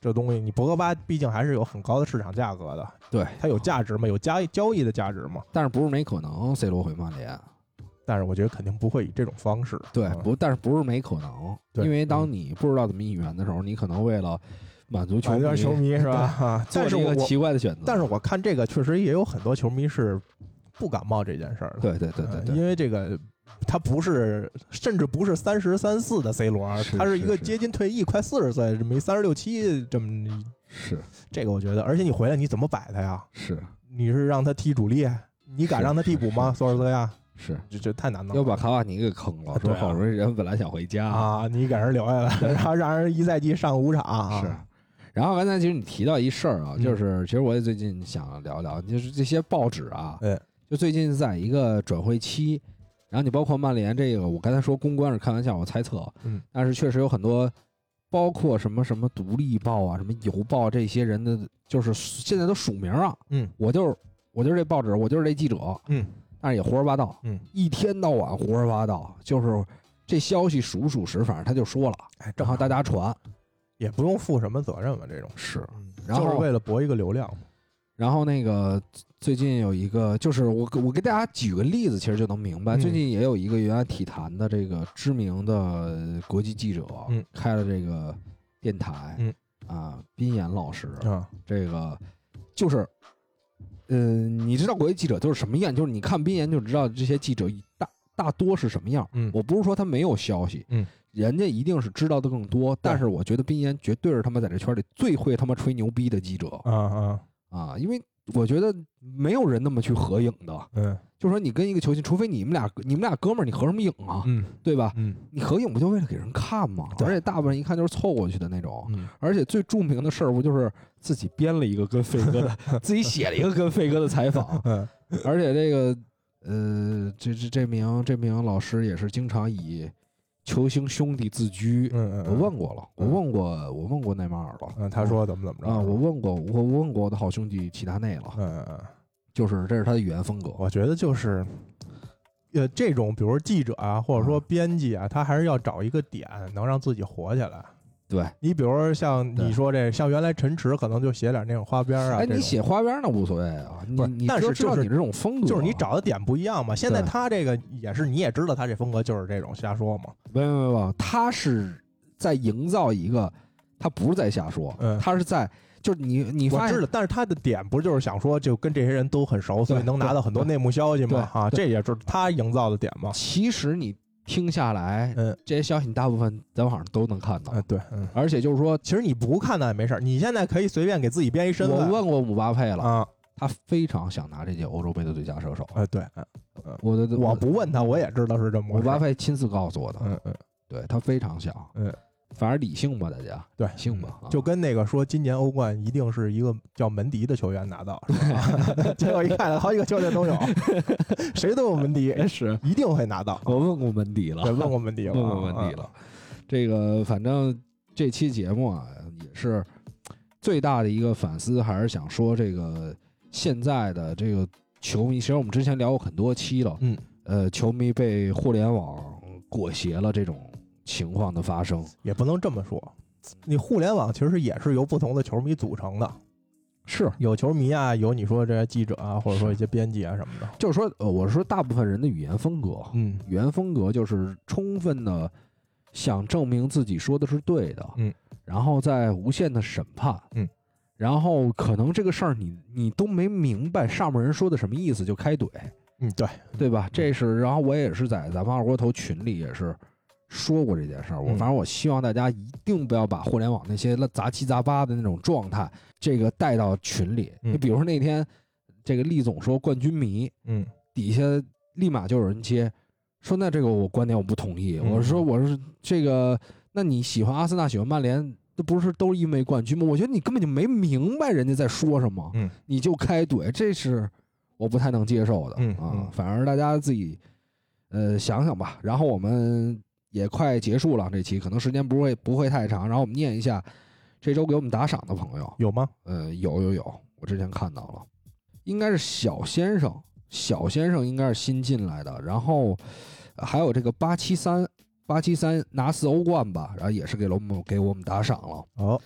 Speaker 3: 这东西，你博格巴毕竟还是有很高的市场价格的，
Speaker 2: 对，
Speaker 3: 他有价值吗？有交易交易的价值吗？
Speaker 2: 但是不是没可能？C 罗回曼联，
Speaker 3: 但是我觉得肯定不会以这种方式，
Speaker 2: 对，
Speaker 3: 嗯
Speaker 2: 不，但是不是没可能？
Speaker 3: 对嗯
Speaker 2: 因为当你不知道怎么引援的时候，你可能为了满足球
Speaker 3: 有点
Speaker 2: 迷，
Speaker 3: 球迷是吧？啊
Speaker 2: 做
Speaker 3: 但是
Speaker 2: 了一
Speaker 3: 我
Speaker 2: 个
Speaker 3: 我
Speaker 2: 奇怪的选择。
Speaker 3: 但是我看这个确实也有很多球迷是不感冒这件事儿的，
Speaker 2: 对对对对
Speaker 3: 嗯
Speaker 2: 对，
Speaker 3: 因为这个他不是，甚至不是三十三四的 C 罗，
Speaker 2: 是
Speaker 3: 他是一
Speaker 2: 是
Speaker 3: 个
Speaker 2: 是
Speaker 3: 接近退役、快四十岁，这么一三十六七这么
Speaker 2: 是
Speaker 3: 这个，我觉得，而且你回来你怎么摆他呀？
Speaker 2: 是
Speaker 3: 你是让他踢主力，你敢
Speaker 2: 是
Speaker 3: 让他替补吗？
Speaker 2: 是是
Speaker 3: 索尔斯克亚，
Speaker 2: 是，
Speaker 3: 这这太难弄
Speaker 2: 又
Speaker 3: 了
Speaker 2: 把卡瓦尼给坑了。
Speaker 3: 对
Speaker 2: 说
Speaker 3: 嗯啊
Speaker 2: 好容易人本来想回家，
Speaker 3: 啊！你给人留下来，然后让人一赛季上五场啊，
Speaker 2: 是。然后刚才其实你提到一事儿啊，
Speaker 3: 嗯
Speaker 2: 就是其实我也最近想聊聊，就是这些报纸啊，
Speaker 3: 哎
Speaker 2: 就最近在一个转会期，然后你包括曼联这个，我刚才说公关是开玩笑，我猜测，
Speaker 3: 嗯，
Speaker 2: 但是确实有很多，包括什么什么独立报啊，什么邮报这些人的，就是现在都署名啊，
Speaker 3: 嗯，
Speaker 2: 我就是我就是这报纸，我就是这记者，
Speaker 3: 嗯
Speaker 2: 但是也胡说八道，
Speaker 3: 嗯，
Speaker 2: 一天到晚胡说八道，就是这消息属不属实，反正他就说了，
Speaker 3: 哎，
Speaker 2: 正好大家传
Speaker 3: 也不用负什么责任吧，这种
Speaker 2: 是，
Speaker 3: 嗯
Speaker 2: 然后
Speaker 3: 就是为了博一个流量嘛，
Speaker 2: 然后那个最近有一个，就是我给我给大家举个例子，其实就能明白。
Speaker 3: 嗯
Speaker 2: 最近也有一个原来体坛的这个知名的国际记者，
Speaker 3: 嗯
Speaker 2: 开了这个电台，
Speaker 3: 嗯
Speaker 2: 啊，斌岩老师，
Speaker 3: 啊，
Speaker 2: 这个就是，嗯、你知道国际记者都是什么样？就是你看斌岩就知道这些记者大大多是什么样。
Speaker 3: 嗯
Speaker 2: 我不是说他没有消息，
Speaker 3: 嗯，
Speaker 2: 人家一定是知道的更多，但是我觉得斌岩绝对是他妈在这圈里最会他妈吹牛逼的记者。
Speaker 3: 啊啊
Speaker 2: 啊，因为我觉得没有人那么去合影的，
Speaker 3: 嗯
Speaker 2: 就说你跟一个球星，除非你们俩你们俩哥们儿，你合什么影啊，
Speaker 3: 嗯
Speaker 2: 对吧？
Speaker 3: 嗯
Speaker 2: 你合影不就为了给人看吗？
Speaker 3: 对
Speaker 2: 而且大部分人一看就是凑过去的那种。
Speaker 3: 嗯，
Speaker 2: 而且最著名的事儿不就是自己编了一个跟飞哥 的，自己写了一个跟飞哥的采访，
Speaker 3: 嗯
Speaker 2: 而且这个呃，这这这名这名老师也是经常以球星兄弟自居。
Speaker 3: 嗯，
Speaker 2: 我问过了，我问过我问过内马尔了，
Speaker 3: 嗯，他说怎么怎么着
Speaker 2: 啊，我问过我问过我的好兄弟齐达内了，
Speaker 3: 嗯嗯嗯。
Speaker 2: 就是这是他的语言风格。
Speaker 3: 我觉得就是，呃，这种比如记者啊，或
Speaker 2: 嗯
Speaker 3: 者说编辑啊，他还是要找一个点能让自己火起来。
Speaker 2: 对，
Speaker 3: 你比如像
Speaker 2: 对
Speaker 3: 你说这，像原来陈池可能就写点那种花边啊，
Speaker 2: 哎，
Speaker 3: 这
Speaker 2: 你
Speaker 3: 种
Speaker 2: 写花边那无所谓啊，你
Speaker 3: 不是
Speaker 2: 你
Speaker 3: 但
Speaker 2: 知道
Speaker 3: 是
Speaker 2: 知道
Speaker 3: 就是
Speaker 2: 你这种风格，啊
Speaker 3: 就是你找的点不一样嘛。现在
Speaker 2: 对
Speaker 3: 他这个也是，你也知道他这风格就是这种瞎说嘛。
Speaker 2: 没有没有没有，他是在营造一个，他不是在瞎说，
Speaker 3: 嗯
Speaker 2: 他是在就是你你
Speaker 3: 我
Speaker 2: 发
Speaker 3: 知
Speaker 2: 现
Speaker 3: 道，但是他的点不就是想说，就跟这些人都很熟，所以
Speaker 2: 对
Speaker 3: 能拿到很多
Speaker 2: 对
Speaker 3: 内幕消息嘛？
Speaker 2: 对
Speaker 3: 啊，
Speaker 2: 对
Speaker 3: 这也是他营造的点嘛。
Speaker 2: 其实你听下来，
Speaker 3: 嗯
Speaker 2: 这些消息你大部分在网上都能看到，
Speaker 3: 嗯，对，嗯，
Speaker 2: 而且就是说，
Speaker 3: 其实你不看那也没事儿，你现在可以随便给自己编一身
Speaker 2: 我
Speaker 3: 份
Speaker 2: 问过姆巴佩了，
Speaker 3: 啊，
Speaker 2: 他非常想拿这届欧洲杯的最佳射手，
Speaker 3: 呃，对，
Speaker 2: 我的
Speaker 3: 我不问他，我也知道是这么
Speaker 2: 姆
Speaker 3: 回事
Speaker 2: 巴
Speaker 3: 儿。
Speaker 2: 佩亲自告诉我的，
Speaker 3: 嗯嗯
Speaker 2: 对他非常想，
Speaker 3: 嗯，
Speaker 2: 反正理性吧，大家
Speaker 3: 对
Speaker 2: 理性吧，啊
Speaker 3: 就跟那个说今年欧冠一定是一个叫门迪的球员拿到，是吧结果一看好几个球队都有，谁都有门 迪，
Speaker 2: 是
Speaker 3: 一定会拿到。
Speaker 2: 我问过门迪了，
Speaker 3: 对，问过门迪了，
Speaker 2: 哦问过门迪
Speaker 3: 啊。
Speaker 2: 了。这个反正这期节目啊，也是最大的一个反思，还是想说这个现在的这个球迷，其实我们之前聊过很多期了，
Speaker 3: 嗯，
Speaker 2: 呃，球迷被互联网裹挟了这种情况的发生，
Speaker 3: 也不能这么说，你互联网其实也是由不同的球迷组成的，
Speaker 2: 是，
Speaker 3: 有球迷啊，有你说这些记者啊，或者说一些编辑啊什么的。
Speaker 2: 就是说，呃，我是说大部分人的语言风格，
Speaker 3: 嗯
Speaker 2: 语言风格就是充分的想证明自己说的是对的，
Speaker 3: 嗯，
Speaker 2: 然后再无限的审判，
Speaker 3: 嗯，
Speaker 2: 然后可能这个事儿你你都没明白上面人说的什么意思就开怼，
Speaker 3: 嗯，对，
Speaker 2: 对吧？这是，然后我也是在咱们二锅头群里也是说过这件事儿，我
Speaker 3: 嗯
Speaker 2: 反正我希望大家一定不要把互联网那些乱杂七杂八的那种状态这个带到群里，
Speaker 3: 嗯
Speaker 2: 你比如说那天这个厉总说冠军迷，
Speaker 3: 嗯
Speaker 2: 底下立马就有人接，说那这个我观点我不同意。
Speaker 3: 嗯
Speaker 2: 我说我是这个，那你喜欢阿森纳，喜欢曼联，那不是都是因为冠军吗？我觉得你根本就没明白人家在说什么，
Speaker 3: 嗯
Speaker 2: 你就开怼，这是我不太能接受的、
Speaker 3: 嗯
Speaker 2: 啊
Speaker 3: 嗯。
Speaker 2: 反而大家自己呃想想吧。然后我们也快结束了这期，可能时间不会不会太长。然后我们念一下这周给我们打赏的朋友，
Speaker 3: 有吗？
Speaker 2: 呃，有有有，我之前看到了，应该是小先生，小先生应该是新进来的，然后呃还有这个八七三，八七三拿四欧冠吧，然后也是给了我们给我们打赏了。
Speaker 3: 哦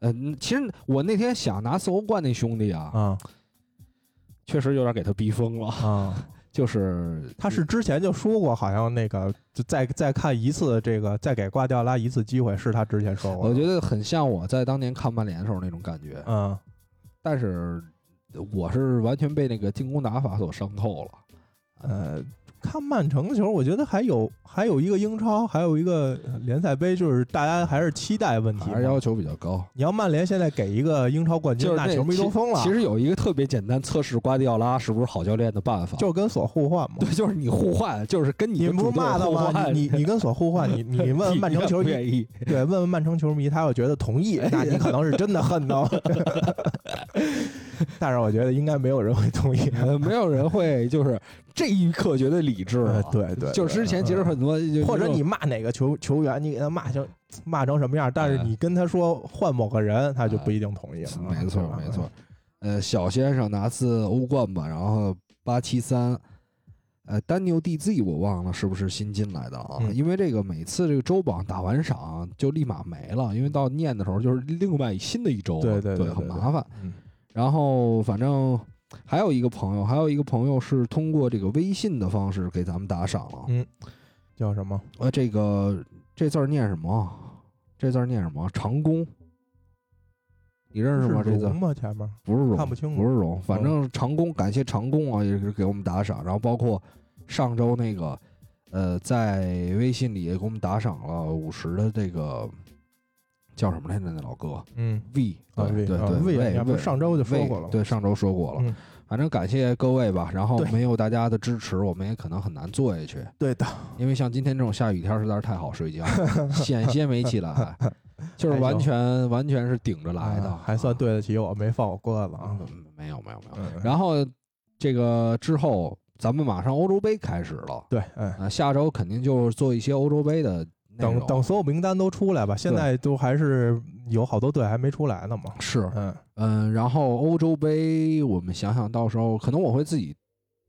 Speaker 2: 嗯，其实我那天想拿四欧冠那兄弟啊，
Speaker 3: 啊
Speaker 2: 确实有点给他逼疯了，
Speaker 3: 啊！
Speaker 2: 就是
Speaker 3: 他是之前就说过，好像那个就再再看一次这个，再给瓜迪奥拉一次机会，是他之前说过的。
Speaker 2: 我觉得很像我在当年看曼联的时候那种感觉，
Speaker 3: 嗯，
Speaker 2: 但是我是完全被那个进攻打法所伤透了。
Speaker 3: 呃，看曼城的球，我觉得还有还有一个英超，还有一个联赛杯，就是大家还是期待问题嘛。
Speaker 2: 还是要求比较高，
Speaker 3: 你要曼联现在给一个英超冠军，
Speaker 2: 就是
Speaker 3: 那
Speaker 2: 那
Speaker 3: 球迷
Speaker 2: 其
Speaker 3: 都疯了，
Speaker 2: 其实有一个特别简单测试瓜迪奥拉是不是好教练的办法，
Speaker 3: 就跟索互换 嘛。
Speaker 2: 对，就是你互换，就是跟你
Speaker 3: 你
Speaker 2: 的
Speaker 3: 不
Speaker 2: 主
Speaker 3: 是
Speaker 2: 队
Speaker 3: 骂他
Speaker 2: 互
Speaker 3: 吗？
Speaker 2: 换
Speaker 3: 你你你跟索互换，你你问曼城球
Speaker 2: 你愿不
Speaker 3: 迷，
Speaker 2: 愿意，哎
Speaker 3: 对，问问曼城球迷，他要觉得同意，那你可能是真的恨他。 但是我觉得应该没有人 会同意。
Speaker 2: 呃没有人会就是这一刻觉得理智了
Speaker 3: 呃，对对，
Speaker 2: 啊
Speaker 3: 嗯
Speaker 2: 就是之前其实很多就
Speaker 3: 或者你骂哪个球球员，你给他骂成骂成什么样，但是
Speaker 2: 哎
Speaker 3: 你跟他说换某个人，他就不一定同意了。
Speaker 2: 没错
Speaker 3: 对吧
Speaker 2: 没错，，呃，小先生拿次欧冠吧，然后八七三。呃，丹尼 DZ 我忘了是不是新进来的啊？
Speaker 3: 嗯
Speaker 2: 因为这个每次这个周榜打完赏就立马没了，因为到念的时候就是另外新的一周了，
Speaker 3: 对对对
Speaker 2: 对，很
Speaker 3: 对
Speaker 2: 麻烦。
Speaker 3: 嗯
Speaker 2: 然后反正还有一个朋友，还有一个朋友是通过这个微信的方式给咱们打赏了。
Speaker 3: 嗯叫什么？
Speaker 2: 呃，这个这字儿念什么？这字儿念什么？长工，你认识吗？这字
Speaker 3: 荣吗？前面
Speaker 2: 不是荣，
Speaker 3: 看不清楚嗯
Speaker 2: 不是荣。反正长工，感谢长工啊，也是给我们打赏。然后包括上周那个，呃，在微信里也给我们打赏了五十的这个叫什么来着？那老哥
Speaker 3: 嗯
Speaker 2: V，
Speaker 3: 啊
Speaker 2: 对对对
Speaker 3: 魏
Speaker 2: 魏
Speaker 3: 啊，不
Speaker 2: 魏
Speaker 3: 是上周就说
Speaker 2: 魏
Speaker 3: 过了吗？
Speaker 2: 对，上周说过了。
Speaker 3: 嗯
Speaker 2: 反正感谢各位 吧，然后
Speaker 3: 对
Speaker 2: 没有大家的支持，我们也可能很难做下去。
Speaker 3: 对的，
Speaker 2: 因为像今天这种下雨天实在是太好睡觉了， 险些没起来，就是完全完全是顶着来的，
Speaker 3: 啊还算对得起我，没放我鸽子啊
Speaker 2: 嗯。没有没有没有。
Speaker 3: 嗯
Speaker 2: 然后这个之后，咱们马上欧洲杯开始了，
Speaker 3: 对，哎，
Speaker 2: 啊，下周肯定就是做一些欧洲杯的内
Speaker 3: 等
Speaker 2: 容。
Speaker 3: 等所有名单都出来吧，现
Speaker 2: 对
Speaker 3: 在都还是有好多队还没出来呢嘛。
Speaker 2: 是，
Speaker 3: 嗯，
Speaker 2: 嗯，然后欧洲杯，我们想想到时候，可能我会自己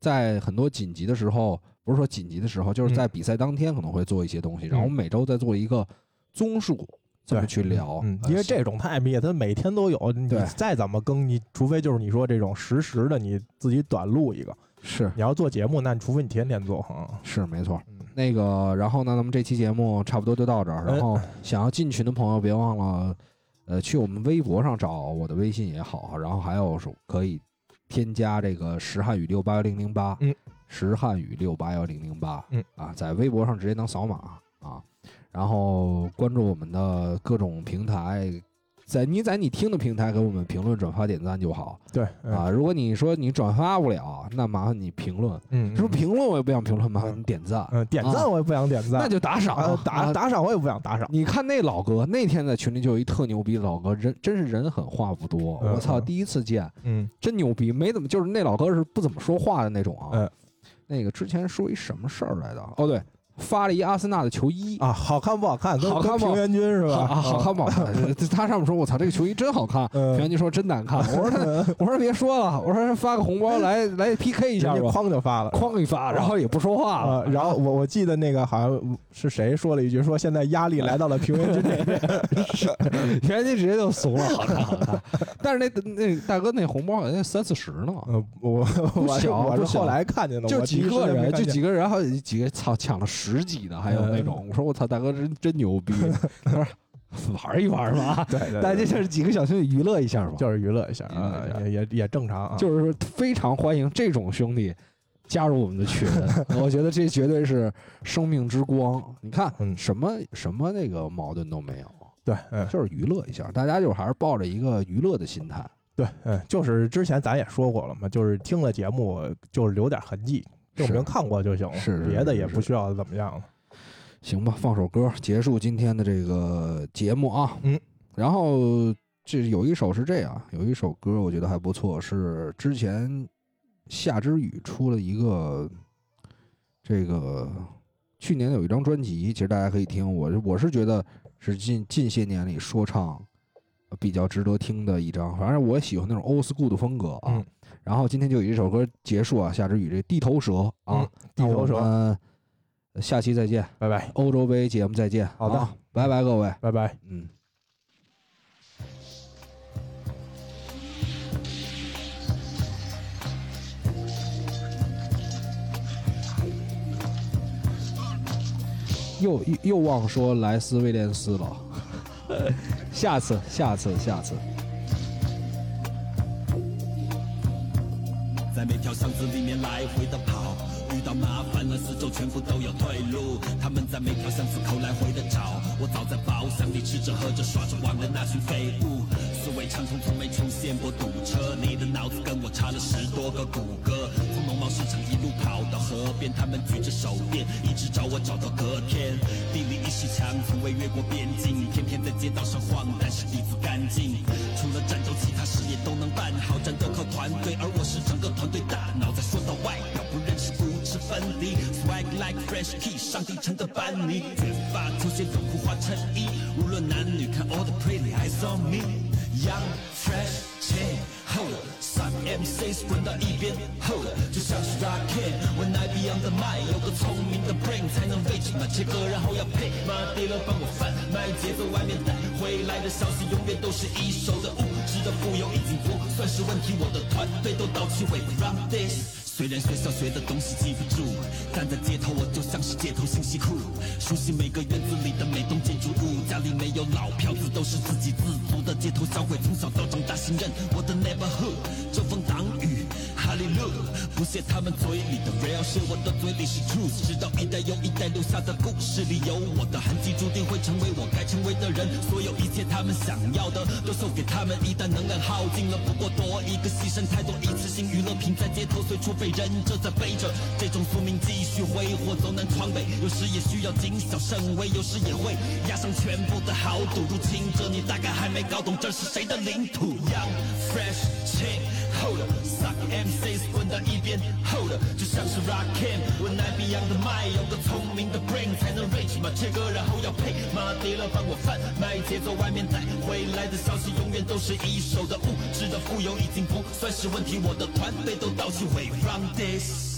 Speaker 2: 在很多紧急的时候，不是说紧急的时候，就是在
Speaker 3: 嗯
Speaker 2: 比赛当天可能会做一些东西，然后
Speaker 3: 嗯
Speaker 2: 我们每周再做一个综述，这么
Speaker 3: 对
Speaker 2: 去聊。
Speaker 3: 嗯，
Speaker 2: 呃
Speaker 3: 因为这种太密，它每天都有，你
Speaker 2: 对
Speaker 3: 再怎么更，你除非就是你说这种实时的，你自己短录一个。
Speaker 2: 是
Speaker 3: 你要做节目，那你除非你天天做哈。
Speaker 2: 是没错。
Speaker 3: 嗯哎
Speaker 2: 那个，然后呢，咱们这期节目差不多就到这儿。然后想要进群的朋友，别忘了，呃，去我们微博上找我的微信也好，然后还有是可以添加这个石汉语六八幺零零八，
Speaker 3: 嗯，
Speaker 2: 石汉语六八幺零零八，
Speaker 3: 嗯
Speaker 2: 啊，在微博上直接能扫码啊，然后关注我们的各种平台，在你在你听的平台给我们评论、转发、点赞就好
Speaker 3: 对，
Speaker 2: 啊。如果你说你转发不了，那麻烦你评论。
Speaker 3: 嗯，嗯，
Speaker 2: 是不是评论我也不想评论，麻烦
Speaker 3: 嗯
Speaker 2: 你点赞，
Speaker 3: 嗯，点赞我也不想点赞，
Speaker 2: 那就打赏
Speaker 3: 啊
Speaker 2: 啊
Speaker 3: 打。打赏我也不想打赏。
Speaker 2: 你看那老哥那天在群里就有一特牛逼的老哥，人真是人狠话不多，
Speaker 3: 嗯
Speaker 2: 我操，
Speaker 3: 嗯
Speaker 2: 第一次见，
Speaker 3: 嗯
Speaker 2: 真牛逼，没怎么就是那老哥是不怎么说话的那种啊。
Speaker 3: 嗯
Speaker 2: 那个之前说一什么事儿来着？哦对，发了一阿森纳的球衣。
Speaker 3: 啊，好看不好看？跟
Speaker 2: 好看
Speaker 3: 跟
Speaker 2: 不好
Speaker 3: 平原君是吧？
Speaker 2: 啊，好看吧？他上面说：“我操，这个球衣真好看。”
Speaker 3: 嗯
Speaker 2: 平原君说：“真难看。”我说：“我说别说了，我说发个红包来来 PK 一
Speaker 3: 一
Speaker 2: 下吧。”
Speaker 3: 哐就发了，
Speaker 2: 哐一发，然后也不说话
Speaker 3: 啊
Speaker 2: 了，，
Speaker 3: 然后我我记得那个好像是谁说了一句，说现在压力来到了平 原君这边，
Speaker 2: 平原君直接就怂了，好看好看。但是那那大哥那红包好像三四十呢，
Speaker 3: 嗯， 我我是
Speaker 2: 小
Speaker 3: 我是
Speaker 2: 不小
Speaker 3: 后来看见的，
Speaker 2: 就
Speaker 3: 我第
Speaker 2: 几
Speaker 3: 一时
Speaker 2: 个
Speaker 3: 间没
Speaker 2: 人，
Speaker 3: 看
Speaker 2: 就
Speaker 3: 见嗯
Speaker 2: 几个人，还有几个操抢了十几的，还有那种，我说我操，大哥真真牛 逼，他说玩一玩嘛，
Speaker 3: 对对，
Speaker 2: 大家
Speaker 3: 对
Speaker 2: 就是几个小兄弟娱乐一下嘛，
Speaker 3: 就是娱乐一下
Speaker 2: 娱乐一
Speaker 3: 啊
Speaker 2: 下，
Speaker 3: 也也也正常啊，
Speaker 2: 嗯就是说非常欢迎这种兄弟加入我们的 群，我觉得这绝对是生命之光。你看
Speaker 3: 嗯
Speaker 2: 什么什么那个矛盾都没有。
Speaker 3: 对，嗯
Speaker 2: 就是娱乐一下，大家就还是抱着一个娱乐的心态。
Speaker 3: 对，嗯，就是之前咱也说过了嘛，就是听了节目就是留点痕迹，证明看过就行了，
Speaker 2: 是是
Speaker 3: 别的
Speaker 2: 是
Speaker 3: 也
Speaker 2: 是
Speaker 3: 不需要怎么样了。
Speaker 2: 行吧，放首歌结束今天的这个节目啊。
Speaker 3: 嗯，
Speaker 2: 然后这有一首是这样，有一首歌我觉得还不错，是之前夏之雨出了一个这个去年有一张专辑，其实大家可以听。我是我是觉得是近近些年里说唱比较值得听的一张，反正我喜欢那种 old school 的风格啊。
Speaker 3: 嗯
Speaker 2: 然后今天就以这首歌结束啊，夏之雨这地头蛇啊，
Speaker 3: 嗯地头蛇
Speaker 2: 那我们下期再见。
Speaker 3: 拜拜，
Speaker 2: 欧洲杯节目再见。
Speaker 3: 好的
Speaker 2: 啊拜拜各位。
Speaker 3: 拜拜。
Speaker 2: 嗯。又又又忘说莱斯威廉斯了， 下次下次下次。
Speaker 4: 在每条巷子里面来回的跑，遇到麻烦了，四周全部都有退路。他们在每条巷子口来回的找，我早在包厢里吃着喝着耍着玩的那群废物。思维畅通，从没出现过堵车，你的脑子跟我差了十多个谷歌。从农贸市场一路跑到河边，他们举着手电，一直找我找到隔天。地理意识强，从未越过边境，天天在街道上晃，但是底子干净。除了战斗，其他事也都能办好，战斗靠团队，而我是整个团队大脑。再说到外表，不认识不知分离，swag like fresh tea，上帝城的班尼，卷发球鞋短裤花衬衣，无论男女，看 all the pretty eyes on me，young fresh chick。Hold up，三 MCs 滚到一边，Hold up，就像是 Rocket。When I be on the mic，有个聪明的 brain 才能为这么切歌，然后要配妈跌了帮我贩卖节奏，外面带回来的消息永远都是一手的，物质的富有已经不算是问题，我的团队都到齐，We run this。虽然学校学的东西记不住，站在街头我就像是街头信息库，熟悉每个院子里的每栋建筑物。家里没有老票子，都是自给自足的街头小鬼，从小到长大信任我的 neighborhood。遮风挡雨，哈利路，不屑他们嘴里的 real shit，我的嘴里是 truth。直到一代又一代留下的故事里有我的痕迹，注定会成为我该成为的人。所有一切他们想要的，都送给他们。一旦能量耗尽了，不过多一个牺牲太多一次性娱乐品，在街头随处被扔着在背着。这种宿命继续挥霍，走南闯北，有时也需要谨小慎微，有时也会押上全部的豪赌。入侵者，你大概还没搞懂这是谁的领土。Young fresh chick hold up，三个 MCs 滚到一边 hold up，就像是 rockin'。When I be on the mic，有个聪明的 brain 才能 reach 嘛切歌，然后要配马迪了帮我贩卖节奏，外面带回来的消息永远都是一手的。物质的富有已经不算是问题，我的团队都到齐，We run this。